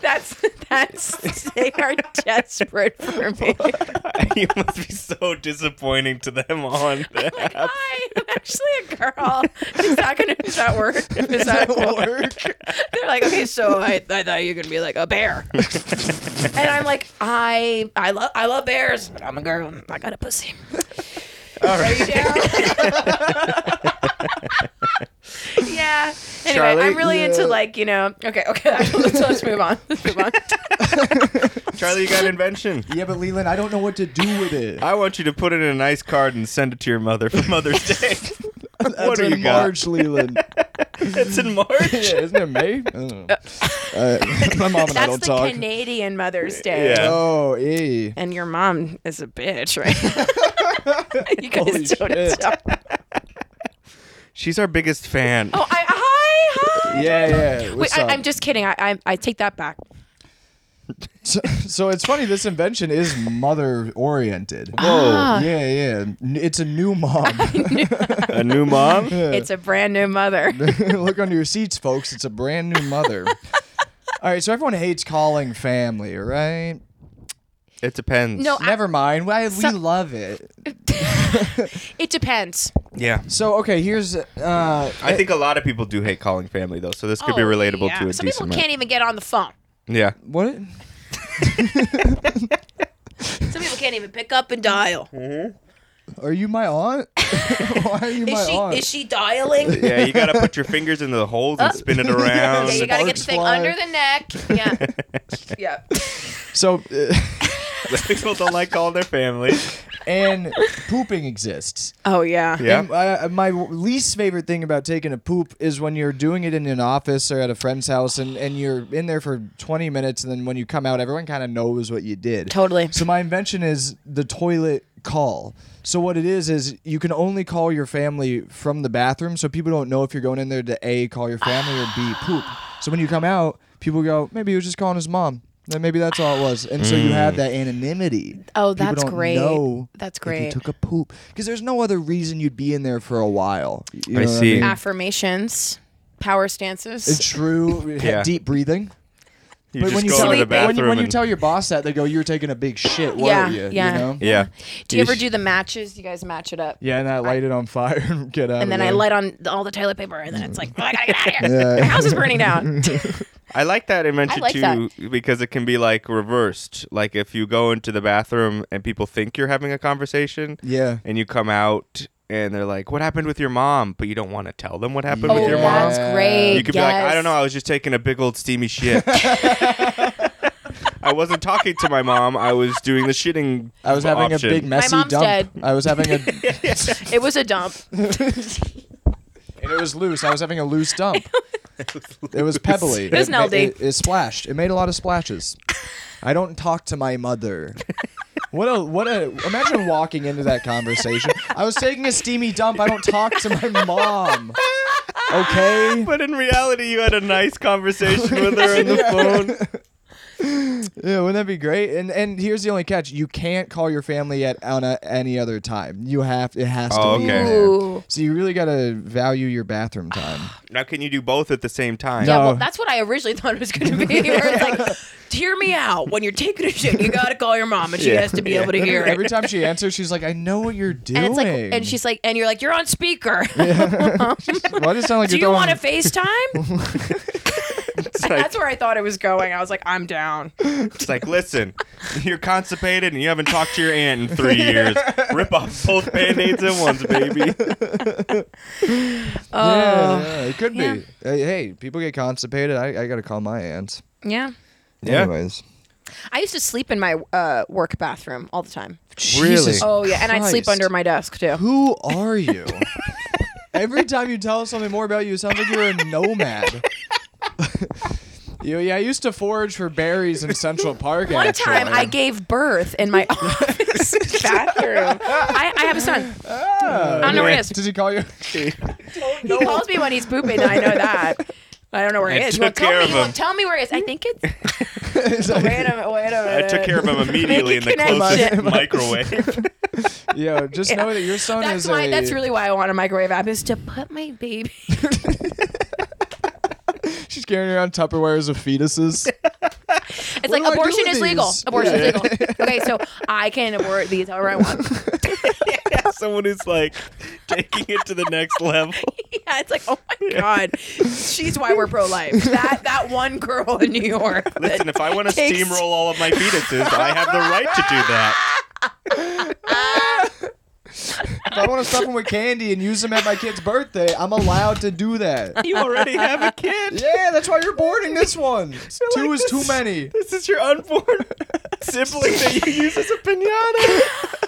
Speaker 6: that's that's they are desperate for me.
Speaker 8: you must be so disappointing to them
Speaker 6: Oh
Speaker 8: on the app.
Speaker 6: Hi, I'm actually a girl. Is that gonna does that work? Is that work? They're like, okay, so I, I thought you were gonna be like a bear, and I'm like, I I love I love bears, but I'm a girl. and I got a pussy. All right. Are you down? yeah. Anyway,
Speaker 8: Charlie?
Speaker 6: I'm really into
Speaker 7: Yeah.
Speaker 6: like you uh, know. Okay, okay. Let's, let's move on. Let's move on.
Speaker 8: Charlie, you got an invention.
Speaker 7: Yeah, but Leland, I don't know what to do with it.
Speaker 8: I want you to put it in a nice card and send it to your mother for Mother's Day. what
Speaker 7: That's
Speaker 8: do you
Speaker 7: in March, Leland.
Speaker 8: got? It's in March.
Speaker 7: yeah, isn't it May? I don't know. Uh, my mom and I
Speaker 6: That's
Speaker 7: don't
Speaker 6: the
Speaker 7: talk.
Speaker 6: Canadian Mother's Day.
Speaker 8: Yeah.
Speaker 7: Oh, eh.
Speaker 6: And your mom is a bitch, right? you guys
Speaker 7: Holy
Speaker 6: don't
Speaker 7: shit.
Speaker 6: talk.
Speaker 8: She's our biggest fan.
Speaker 6: Oh, I, hi, hi.
Speaker 7: Yeah, yeah.
Speaker 6: Wait,
Speaker 7: what's
Speaker 6: I,
Speaker 7: up? Uh.
Speaker 6: I'm just kidding. I, I, I take that back.
Speaker 7: So, so it's funny. This invention is mother oriented. Whoa!
Speaker 6: Ah.
Speaker 7: Yeah, yeah. N- It's a new mom.
Speaker 8: A new mom?
Speaker 6: It's a brand new mother.
Speaker 7: Look under your seats, folks. It's a brand new mother. All right. So everyone hates calling family, right?
Speaker 8: It depends.
Speaker 6: No, I-
Speaker 7: Never mind. Why
Speaker 6: So-
Speaker 7: we love it.
Speaker 6: it depends.
Speaker 8: Yeah.
Speaker 7: So okay, here's. Uh,
Speaker 8: I think a lot of people do hate calling family, though, so this could be
Speaker 6: Oh,
Speaker 8: relatable
Speaker 6: yeah.
Speaker 8: to a
Speaker 6: Some people
Speaker 8: decent
Speaker 6: can't even get on the phone.
Speaker 8: amount. Yeah.
Speaker 7: what?
Speaker 6: Some people can't even pick up and dial.
Speaker 7: Oh Are you my aunt? Why are you
Speaker 6: Is
Speaker 7: my
Speaker 6: she
Speaker 7: aunt?
Speaker 6: is she dialing?
Speaker 8: Yeah, you got to put your fingers in the holes
Speaker 7: Uh,
Speaker 8: and spin it around.
Speaker 6: Okay, you gotta get the thing
Speaker 7: Sparks fly.
Speaker 6: under the neck. Yeah, yeah.
Speaker 7: so, uh,
Speaker 8: people don't like calling their family.
Speaker 7: and pooping exists.
Speaker 6: Oh yeah.
Speaker 8: Yeah.
Speaker 7: And, uh, my least favorite thing about taking a poop is when you're doing it in an office or at a friend's house and, and you're in there for 20 minutes and then when you come out, everyone kind of knows what you did.
Speaker 6: Totally.
Speaker 7: So my invention is the toilet call. So what it is is you can only call your family from the bathroom so people don't know if you're going in there to A, call your family or B, poop. So when you come out, people go, maybe he was just calling his mom. Then maybe that's all it was. And so you have that anonymity.
Speaker 6: Oh,
Speaker 7: People
Speaker 6: that's
Speaker 7: don't
Speaker 6: great.
Speaker 7: know
Speaker 6: That's
Speaker 7: if you
Speaker 6: great.
Speaker 7: took a poop because there's no other reason you'd be in there for a while. You
Speaker 8: I
Speaker 7: know what
Speaker 8: see.
Speaker 7: mean?
Speaker 6: Affirmations, power stances.
Speaker 7: It's true.
Speaker 8: Yeah.
Speaker 7: Deep breathing.
Speaker 8: You just
Speaker 7: when you,
Speaker 8: go
Speaker 7: tell,
Speaker 8: into the
Speaker 7: when you-
Speaker 8: bathroom.
Speaker 7: when you
Speaker 8: and-
Speaker 7: tell your boss that, they go, "You were taking a big shit, weren't
Speaker 6: Yeah,
Speaker 7: you?"
Speaker 6: yeah.
Speaker 7: You know?
Speaker 8: yeah.
Speaker 6: Do you ever do the matches? You guys match it up.
Speaker 7: Yeah, and I light it on fire and get out.
Speaker 6: And then
Speaker 7: of
Speaker 6: I
Speaker 7: there.
Speaker 6: light on all the toilet paper, and then it's like, oh, I gotta get out of here.
Speaker 7: Yeah.
Speaker 6: The house is burning down.
Speaker 8: I like that invention
Speaker 6: I like
Speaker 8: too
Speaker 6: that.
Speaker 8: because it can be like reversed. Like if you go into the bathroom and people think you're having a conversation,
Speaker 7: Yeah.
Speaker 8: and you come out and they're like, "What happened with your mom?" But you don't want to tell them what happened
Speaker 6: oh,
Speaker 8: with your
Speaker 6: that's
Speaker 8: mom.
Speaker 7: Yeah.
Speaker 6: great.
Speaker 8: You could be like, "I don't know. I was just taking a big old steamy shit." I wasn't talking to my mom. I was doing the shitting.
Speaker 7: I was having
Speaker 8: option.
Speaker 7: a big messy
Speaker 6: mom's
Speaker 7: dump.
Speaker 6: dead.
Speaker 7: I was having a, and
Speaker 6: know. It was a dump.
Speaker 7: it was loose. I was having a loose dump. it was pebbly. It
Speaker 6: was an
Speaker 7: ma-
Speaker 6: LD.
Speaker 7: It, it splashed. It made a lot of splashes. I don't talk to my mother. What a what a! Imagine walking into that conversation. I was taking a steamy dump. I don't talk to my mom. Okay.
Speaker 8: But in reality, you had a nice conversation with her on the phone.
Speaker 7: Yeah, wouldn't that be great? And and here's the only catch: you can't call your family at on a, any other time. You have it has to
Speaker 8: Oh,
Speaker 7: be
Speaker 8: okay.
Speaker 7: in there.
Speaker 6: Ooh.
Speaker 7: So you really gotta value your bathroom time.
Speaker 8: Now, can you do both at the same time?
Speaker 6: Yeah, well,
Speaker 7: No.
Speaker 6: that's what I originally thought it was going to be. Where it's like, hear me out. When you're taking a shit, you gotta call your mom, and she
Speaker 8: Yeah.
Speaker 6: has to be able to hear it.
Speaker 7: Every time she answers, she's like, "I know what you're doing."
Speaker 6: and it's like, and she's like, and you're like, you're on speaker.
Speaker 7: Why does it sound like
Speaker 6: Do
Speaker 7: you're
Speaker 6: you want
Speaker 7: throwing-
Speaker 6: to FaceTime?
Speaker 8: It's like,
Speaker 6: That's where I thought it was going. I was like, I'm down.
Speaker 8: it's like, listen, you're constipated and you haven't talked to your aunt in three years. Rip off both band-aids at once, baby.
Speaker 7: Yeah, yeah, it could
Speaker 6: uh, yeah.
Speaker 7: be. Hey, hey, people get constipated. I, I gotta call my aunt.
Speaker 6: Yeah.
Speaker 8: Yeah.
Speaker 7: Anyways,
Speaker 6: I used to sleep in my uh, work bathroom all the time.
Speaker 7: Really?
Speaker 8: Jesus
Speaker 6: Oh yeah, and I'd sleep
Speaker 7: Christ.
Speaker 6: under my desk too.
Speaker 7: Who are you? Every time you tell us something more about you, it sounds like you're a nomad. you, yeah, I used to forage for berries in Central Park.
Speaker 6: One
Speaker 7: actually.
Speaker 6: time I gave birth in my office bathroom. I, I have a son. I don't know where he is.
Speaker 7: Did he call you?
Speaker 6: He calls me when he's pooping. I know that. I don't know where he
Speaker 8: I
Speaker 6: is. You won't
Speaker 8: took
Speaker 6: tell
Speaker 8: care
Speaker 6: me.
Speaker 8: of
Speaker 6: You won't
Speaker 8: him.
Speaker 6: tell me where he is. I think it's.
Speaker 7: It's like,
Speaker 6: Wait a minute. Wait a
Speaker 8: I
Speaker 6: minute.
Speaker 8: took care of him immediately in the closest
Speaker 6: connection.
Speaker 8: microwave.
Speaker 7: Yo, just know that your son
Speaker 6: That's
Speaker 7: is
Speaker 6: why.
Speaker 7: a.
Speaker 6: That's really why I want a microwave app is to put my baby.
Speaker 7: She's carrying around Tupperwares of fetuses.
Speaker 6: It's
Speaker 7: What
Speaker 6: like
Speaker 7: do I do
Speaker 6: abortion
Speaker 7: with
Speaker 6: is legal.
Speaker 7: these?
Speaker 6: Abortion
Speaker 7: Yeah.
Speaker 6: is legal. Okay, so I can abort these however I want.
Speaker 8: Someone who's like taking it to the next level.
Speaker 6: Yeah, it's like, oh my god, she's why we're pro life. That that one girl in New York. that
Speaker 8: Listen, if I want to
Speaker 6: takes-
Speaker 8: steamroll all of my fetuses, I have the right to do that.
Speaker 7: if I want to stuff them with candy and use them at my kid's birthday, I'm allowed to do that.
Speaker 8: You already have a kid.
Speaker 7: Yeah, that's why you're boarding this one. Two is too many.
Speaker 8: This is your unborn sibling that you use as a pinata.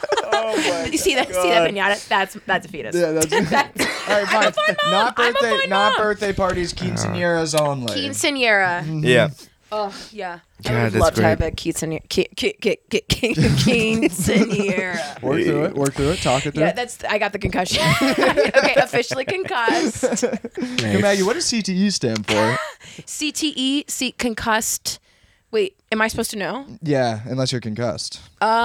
Speaker 6: You see that? See that
Speaker 8: God.
Speaker 6: pinata? That's that's a fetus.
Speaker 7: Yeah, that's.
Speaker 6: That's
Speaker 7: All right, fine.
Speaker 6: a fine mom.
Speaker 7: Not
Speaker 6: I'm a
Speaker 7: birthday,
Speaker 6: fine
Speaker 7: not
Speaker 6: mom.
Speaker 7: birthday parties, quinceañeras only.
Speaker 6: quinceanera.
Speaker 8: Yeah.
Speaker 6: Oh yeah.
Speaker 8: God,
Speaker 6: I would
Speaker 8: that's
Speaker 6: love to
Speaker 8: great.
Speaker 6: have a quinceanera. qui- qui- qui- qui- qui- Quinceanera.
Speaker 7: Work through it. Work through it. Talk it through.
Speaker 6: Yeah, that's. I got the concussion. okay, officially concussed.
Speaker 7: Hey, Maggie, what does CTE stand
Speaker 6: Ah.
Speaker 7: for?
Speaker 6: CTE. C concussed. Wait, am I supposed to know?
Speaker 7: yeah, unless you're concussed.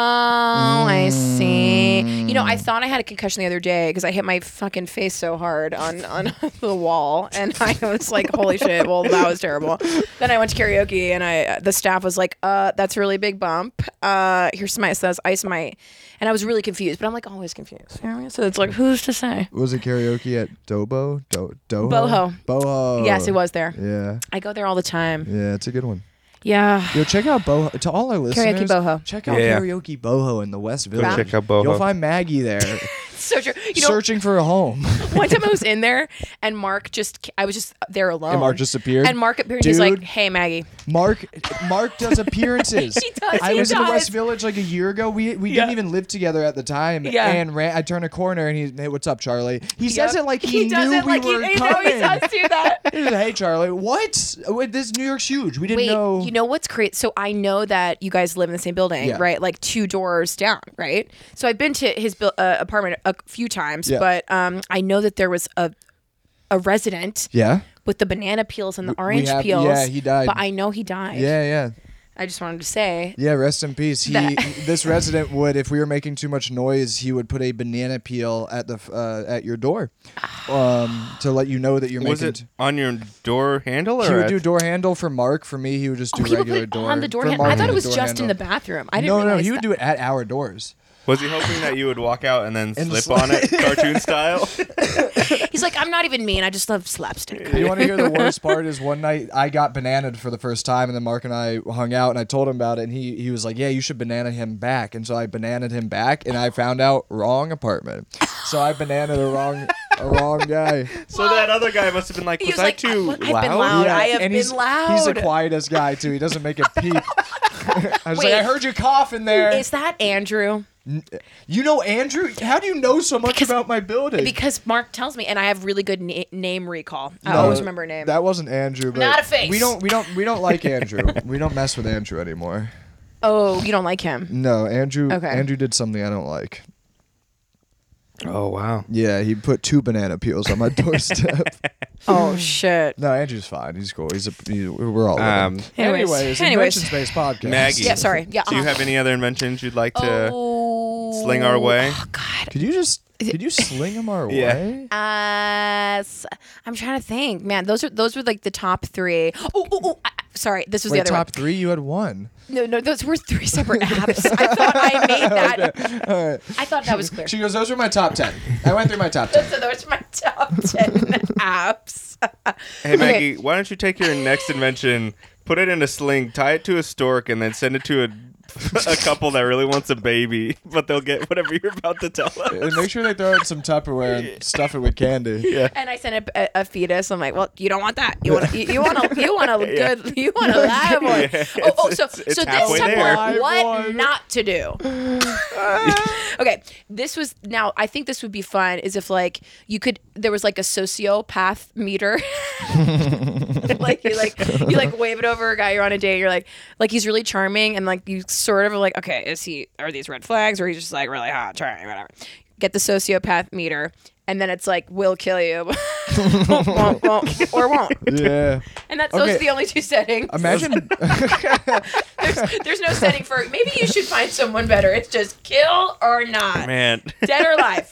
Speaker 6: Oh, I see. You know, I
Speaker 7: Mm.
Speaker 6: thought I had a concussion the other day because I hit my fucking face so hard on, on the wall, and I was like, "Holy shit!" Well, that was terrible. Then I went to karaoke, and I the staff was like, "Uh, that's a really big bump. Uh, here's some ice. That's ice mite." And I was really confused, but I'm like always confused. You know what I mean? So it's like, who's to say?
Speaker 7: Was it karaoke at Dobo? Do- Doho?
Speaker 6: Boho.
Speaker 7: Boho.
Speaker 6: Yes, it was there.
Speaker 7: Uh, Yeah,
Speaker 6: I go there all the time.
Speaker 7: yeah, it's a good one.
Speaker 6: Yeah.
Speaker 7: Yo, check out Boho. To all our listeners,
Speaker 6: Boho.
Speaker 7: Check out
Speaker 8: Yeah.
Speaker 7: karaoke Boho in the West Village.
Speaker 8: check out Boho.
Speaker 7: You'll find Maggie there,
Speaker 6: So true. You know,
Speaker 7: searching for a home.
Speaker 6: one time I was in there, and Mark just I was just there alone.
Speaker 7: And Mark just appeared?
Speaker 6: And Mark appeared. and He's like,
Speaker 7: Dude.
Speaker 6: "Hey, Maggie."
Speaker 7: Mark, Mark does appearances.
Speaker 6: He does,
Speaker 7: I
Speaker 6: he
Speaker 7: was in the
Speaker 6: does.
Speaker 7: West Village like a year ago. We we didn't even live together at the time.
Speaker 6: Yeah.
Speaker 7: And ran, I turn a corner and he, hey, what's up, Charlie? He says
Speaker 6: Yep.
Speaker 7: it like he, knew we were
Speaker 6: you know,
Speaker 7: coming.
Speaker 6: he does do that.
Speaker 7: He said, hey, Charlie, what? Oh, Wait, this New York's huge. We didn't
Speaker 6: Wait,
Speaker 7: know.
Speaker 6: you know what's great? So I know that you guys live in the same building,
Speaker 7: Yeah.
Speaker 6: right? Like two doors down, right? So I've been to his buil- uh, apartment a few times,
Speaker 7: Yeah.
Speaker 6: but um, I know that there was a a resident
Speaker 7: yeah.
Speaker 6: with the banana peels and the orange
Speaker 7: have-
Speaker 6: peels.
Speaker 7: yeah, he died.
Speaker 6: But I know he died.
Speaker 7: Yeah, yeah.
Speaker 6: I just wanted to say.
Speaker 7: Yeah, rest in peace. He,
Speaker 6: That-
Speaker 7: this resident would, if we were making too much noise, he would put a banana peel at the f- uh, at your door, um, to let you know that you're
Speaker 8: Was
Speaker 7: making.
Speaker 8: it on your door handle or
Speaker 7: he would
Speaker 8: at-
Speaker 7: do door handle for Mark. For me, he would just do
Speaker 6: Oh, he would put
Speaker 7: regular
Speaker 6: it
Speaker 7: door
Speaker 6: on the door
Speaker 7: for
Speaker 6: handle.
Speaker 7: Mark,
Speaker 6: I thought
Speaker 7: the
Speaker 6: it was
Speaker 7: door
Speaker 6: just in the
Speaker 7: handle.
Speaker 6: bathroom. I didn't
Speaker 7: No, no,
Speaker 6: realize
Speaker 7: he would
Speaker 6: that.
Speaker 7: do it at our doors.
Speaker 8: Was he hoping that you would walk out and then
Speaker 7: And
Speaker 8: slip
Speaker 7: slide.
Speaker 8: on it, cartoon style?
Speaker 6: He's like, I'm not even mean. I just love slapstick.
Speaker 7: You want to hear the worst part? Is one night I got bananaed for the first time, and then Mark and I hung out, and I told him about it, and he he was like, "Yeah, you should banana him back," and so I bananaed him back, and I found out wrong apartment, so I bananaed a wrong a wrong guy.
Speaker 8: so that other guy must have been like,
Speaker 6: He
Speaker 8: "Was
Speaker 6: was
Speaker 8: I
Speaker 6: like,
Speaker 8: too
Speaker 6: "I've been
Speaker 8: loud?"
Speaker 6: loud. I have
Speaker 7: and
Speaker 6: been
Speaker 7: he's,
Speaker 6: loud.
Speaker 7: He's the quietest guy too. He doesn't make a peep. I was
Speaker 6: Wait.
Speaker 7: like, I heard you cough in there.
Speaker 6: Is that Andrew?
Speaker 7: you know, Andrew, how do you know so much
Speaker 6: Because-
Speaker 7: about my building?
Speaker 6: Because Mark tells me, and I have really good na- name recall. I
Speaker 7: No,
Speaker 6: always remember a name.
Speaker 7: That wasn't Andrew. But
Speaker 6: Not a face.
Speaker 7: We don't. We don't. We don't like Andrew. we don't mess with Andrew anymore.
Speaker 6: oh, you don't like him.
Speaker 7: No, Andrew.
Speaker 6: Okay.
Speaker 7: Andrew did something I don't like.
Speaker 8: oh wow.
Speaker 7: Yeah, he put two banana peels on my doorstep.
Speaker 6: Oh shit.
Speaker 7: no, Andrew's fine. He's cool. He's a. he- we're all.
Speaker 8: Um,
Speaker 7: living.
Speaker 6: Anyways.
Speaker 7: anyways,
Speaker 6: Anyways.
Speaker 7: invention space podcast.
Speaker 8: Maggie.
Speaker 6: Yeah, sorry. Yeah. uh-huh.
Speaker 8: Do you have any other inventions you'd like to
Speaker 7: uh,
Speaker 6: oh,
Speaker 8: sling our way?
Speaker 6: Oh god.
Speaker 7: Could you just? Could you sling him our
Speaker 8: Yeah.
Speaker 7: way?
Speaker 6: Uh, s- I'm trying to think, man. Those are those were like the top three. Oh, oh, oh, I, sorry, this was
Speaker 7: Wait,
Speaker 6: the other
Speaker 7: top
Speaker 6: one.
Speaker 7: three? You had one.
Speaker 6: No, no, those were three separate apps. I thought I made that.
Speaker 7: All right.
Speaker 6: I thought that was clear.
Speaker 7: She goes, those were my top ten. I went through my top ten.
Speaker 6: So those are my top 10 apps.
Speaker 8: Hey Maggie, why don't you take your next invention, put it in a sling, tie it to a stork, and then send it to a a couple that really wants a baby, but they'll get whatever you're about to tell them.
Speaker 7: And make sure they throw in some Tupperware and stuff it with candy. Yeah.
Speaker 6: And I sent a, a, a fetus. I'm like, well, you don't want that. You want you, you want a you want a
Speaker 8: Yeah.
Speaker 6: good you want a live one.
Speaker 8: Yeah,
Speaker 6: oh, oh,
Speaker 8: it's-
Speaker 6: so
Speaker 8: it's- it's
Speaker 6: so
Speaker 8: halfway
Speaker 6: this time
Speaker 8: there.
Speaker 6: what,
Speaker 7: Live
Speaker 6: what
Speaker 7: one.
Speaker 6: not to do. okay, this was now. I think this would be fun. Is if like you could there was like a sociopath meter. like you like you like wave it over a guy you're on a date. You're like like he's really charming and like you sort of are like okay is he are these red flags or he's just like really hot charming whatever. Get the sociopath meter and then it's like will kill you, won't, won't, or won't. And that's those
Speaker 7: Okay.
Speaker 6: are the only two settings.
Speaker 7: Imagine
Speaker 6: There's, there's no setting for maybe you should find someone better. It's just kill or not,
Speaker 8: Man,
Speaker 6: dead or alive,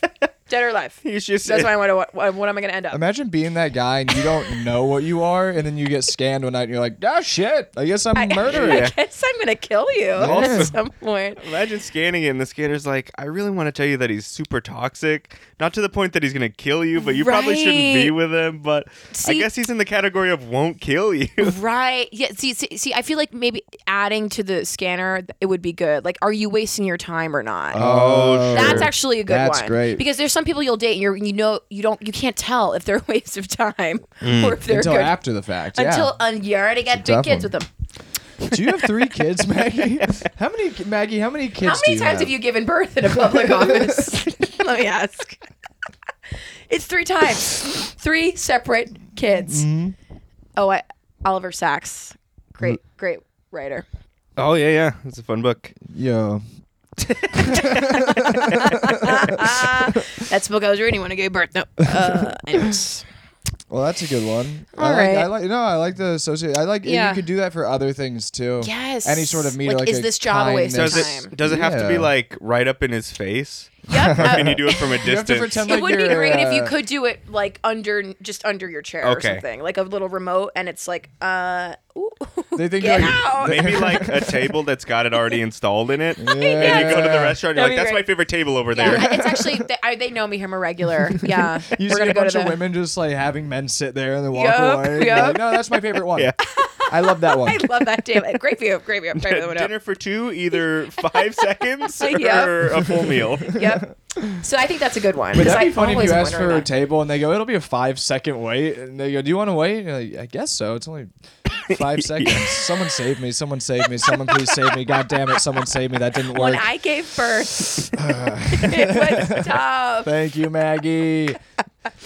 Speaker 6: dead or alive.
Speaker 8: you should say
Speaker 6: That's why I want to. What, what am I going to end up?
Speaker 7: imagine being that guy and you don't know what you are and then you get scanned one night and you're like, ah shit, I guess I'm a murderer.
Speaker 6: I guess I'm gonna kill you
Speaker 8: Also-
Speaker 6: at some point.
Speaker 8: Imagine scanning it and the scanner's like, I really want to tell you that he's super toxic. Not to the point that he's going to kill you, but you probably shouldn't be
Speaker 6: Right.
Speaker 8: with him. But I
Speaker 6: See-
Speaker 8: guess he's in the category of won't kill you.
Speaker 6: Right. Yeah. See, see, see, I feel like maybe adding to the scanner it would be good. Like, are you wasting your time or not?
Speaker 8: Oh,
Speaker 6: That's actually a good
Speaker 7: That's
Speaker 6: one.
Speaker 7: great.
Speaker 6: Because there's some people you'll date and you're, you know you don't you can't tell if they're a waste of time or if they're
Speaker 7: Mm. Until
Speaker 6: good.
Speaker 7: after the fact. yeah.
Speaker 6: until um, you already got two
Speaker 7: tough
Speaker 6: kids
Speaker 7: one.
Speaker 6: with them.
Speaker 7: Do you have three kids, Maggie? How many, Maggie? How many kids?
Speaker 6: How many
Speaker 7: do
Speaker 6: times have you given birth in a public office? Let me ask. it's three times. Three separate kids.
Speaker 7: Mm-hmm.
Speaker 6: Oh, I, Oliver Sacks. Great,
Speaker 7: Mm.
Speaker 6: great writer.
Speaker 8: Oh, yeah, yeah. It's a fun book.
Speaker 7: Yo,
Speaker 6: Ah, That's the book I was reading when I gave birth. No. Uh, anyways.
Speaker 7: well, that's a good one.
Speaker 6: All
Speaker 7: I
Speaker 6: right.
Speaker 7: like, I like. No, I like the associate. I like. and
Speaker 6: Yeah.
Speaker 7: You could do that for other things too.
Speaker 6: Yes.
Speaker 7: Any sort of media.
Speaker 6: Like,
Speaker 7: Like,
Speaker 6: is
Speaker 7: a
Speaker 6: this job a waste of
Speaker 7: kindness-
Speaker 8: Does
Speaker 6: Time.
Speaker 8: it, does it have to be
Speaker 7: Yeah.
Speaker 8: like right up in his face?
Speaker 6: Yep.
Speaker 8: Or
Speaker 6: uh,
Speaker 8: can you do it from a distance?
Speaker 7: You have to pretend
Speaker 6: it
Speaker 7: like
Speaker 6: would be
Speaker 7: you're,
Speaker 6: great if you
Speaker 7: uh,
Speaker 6: could do it like under just under your chair or
Speaker 8: Okay.
Speaker 6: something, like a little remote, and it's like, uh, ooh,
Speaker 7: They think
Speaker 6: get
Speaker 7: you're-
Speaker 6: out.
Speaker 8: Maybe like a table that's got it already installed in it.
Speaker 7: Yeah.
Speaker 8: And you go to the restaurant, you're
Speaker 6: That'd be
Speaker 8: like, that's
Speaker 6: great.
Speaker 8: my favorite table over there.
Speaker 6: Yeah, it's actually they, I, they know me. I'm a regular. Yeah,
Speaker 7: You
Speaker 6: we're
Speaker 7: see
Speaker 6: gonna
Speaker 7: a
Speaker 6: go
Speaker 7: bunch
Speaker 6: to the.
Speaker 7: of women just like having men sit there and then walk
Speaker 6: Yup,
Speaker 7: away. You're
Speaker 6: yup.
Speaker 7: like, no, that's my favorite one.
Speaker 8: Yeah.
Speaker 7: I love that one.
Speaker 6: I love that damn it. Great view. Great view. Great view.
Speaker 8: Dinner for two, either five seconds
Speaker 6: Yep.
Speaker 8: or a full meal.
Speaker 6: Yep. So I think that's a good one.
Speaker 7: But
Speaker 6: 'cause
Speaker 7: that'd
Speaker 6: I
Speaker 7: be funny if
Speaker 6: always
Speaker 7: you asked
Speaker 6: wonder
Speaker 7: for a
Speaker 6: that.
Speaker 7: table and they go, it'll be a five second wait. And they go, do you want to wait? And you're like, I guess so. It's only five seconds. Someone save me. Someone save me. Someone please save me. God damn it. Someone save me. That didn't work.
Speaker 6: when I gave birth, it was tough.
Speaker 7: Thank you, Maggie.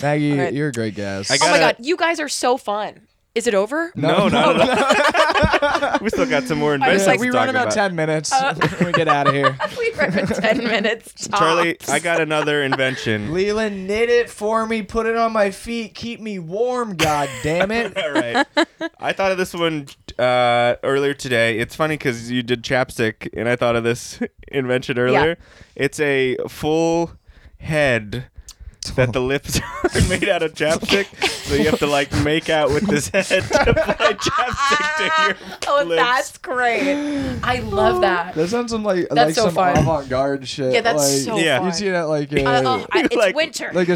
Speaker 7: Maggie,
Speaker 6: right.
Speaker 7: you're a great guest.
Speaker 8: I
Speaker 6: Oh my
Speaker 8: gotta-
Speaker 6: god, you guys are so fun. Is it over?
Speaker 8: No, not at all. we still got some more
Speaker 6: was
Speaker 8: investments.
Speaker 6: like-
Speaker 7: we
Speaker 8: to
Speaker 7: run
Speaker 8: talk
Speaker 7: about, Uh, 10 minutes. we get out of here.
Speaker 6: We were for ten minutes. tops.
Speaker 8: Charlie, I got another invention.
Speaker 7: Leland, knit it for me. Put it on my feet. Keep me warm, god damn it.
Speaker 8: all right. I thought of this one uh, earlier today. It's funny because you did chapstick, and I thought of this invention earlier. It's a full head that the lips are made out of chapstick, so you have to like make out with this head to apply chapstick to your
Speaker 6: Oh,
Speaker 8: lips.
Speaker 6: that's great. I love that.
Speaker 7: That sounds some like like
Speaker 6: so
Speaker 7: some
Speaker 6: fun.
Speaker 7: avant-garde shit.
Speaker 6: Yeah, that's
Speaker 7: like,
Speaker 6: so
Speaker 8: Yeah.
Speaker 6: fun.
Speaker 7: You see that like a,
Speaker 6: Uh, oh, I- it's
Speaker 8: Like-
Speaker 6: winter.
Speaker 7: like a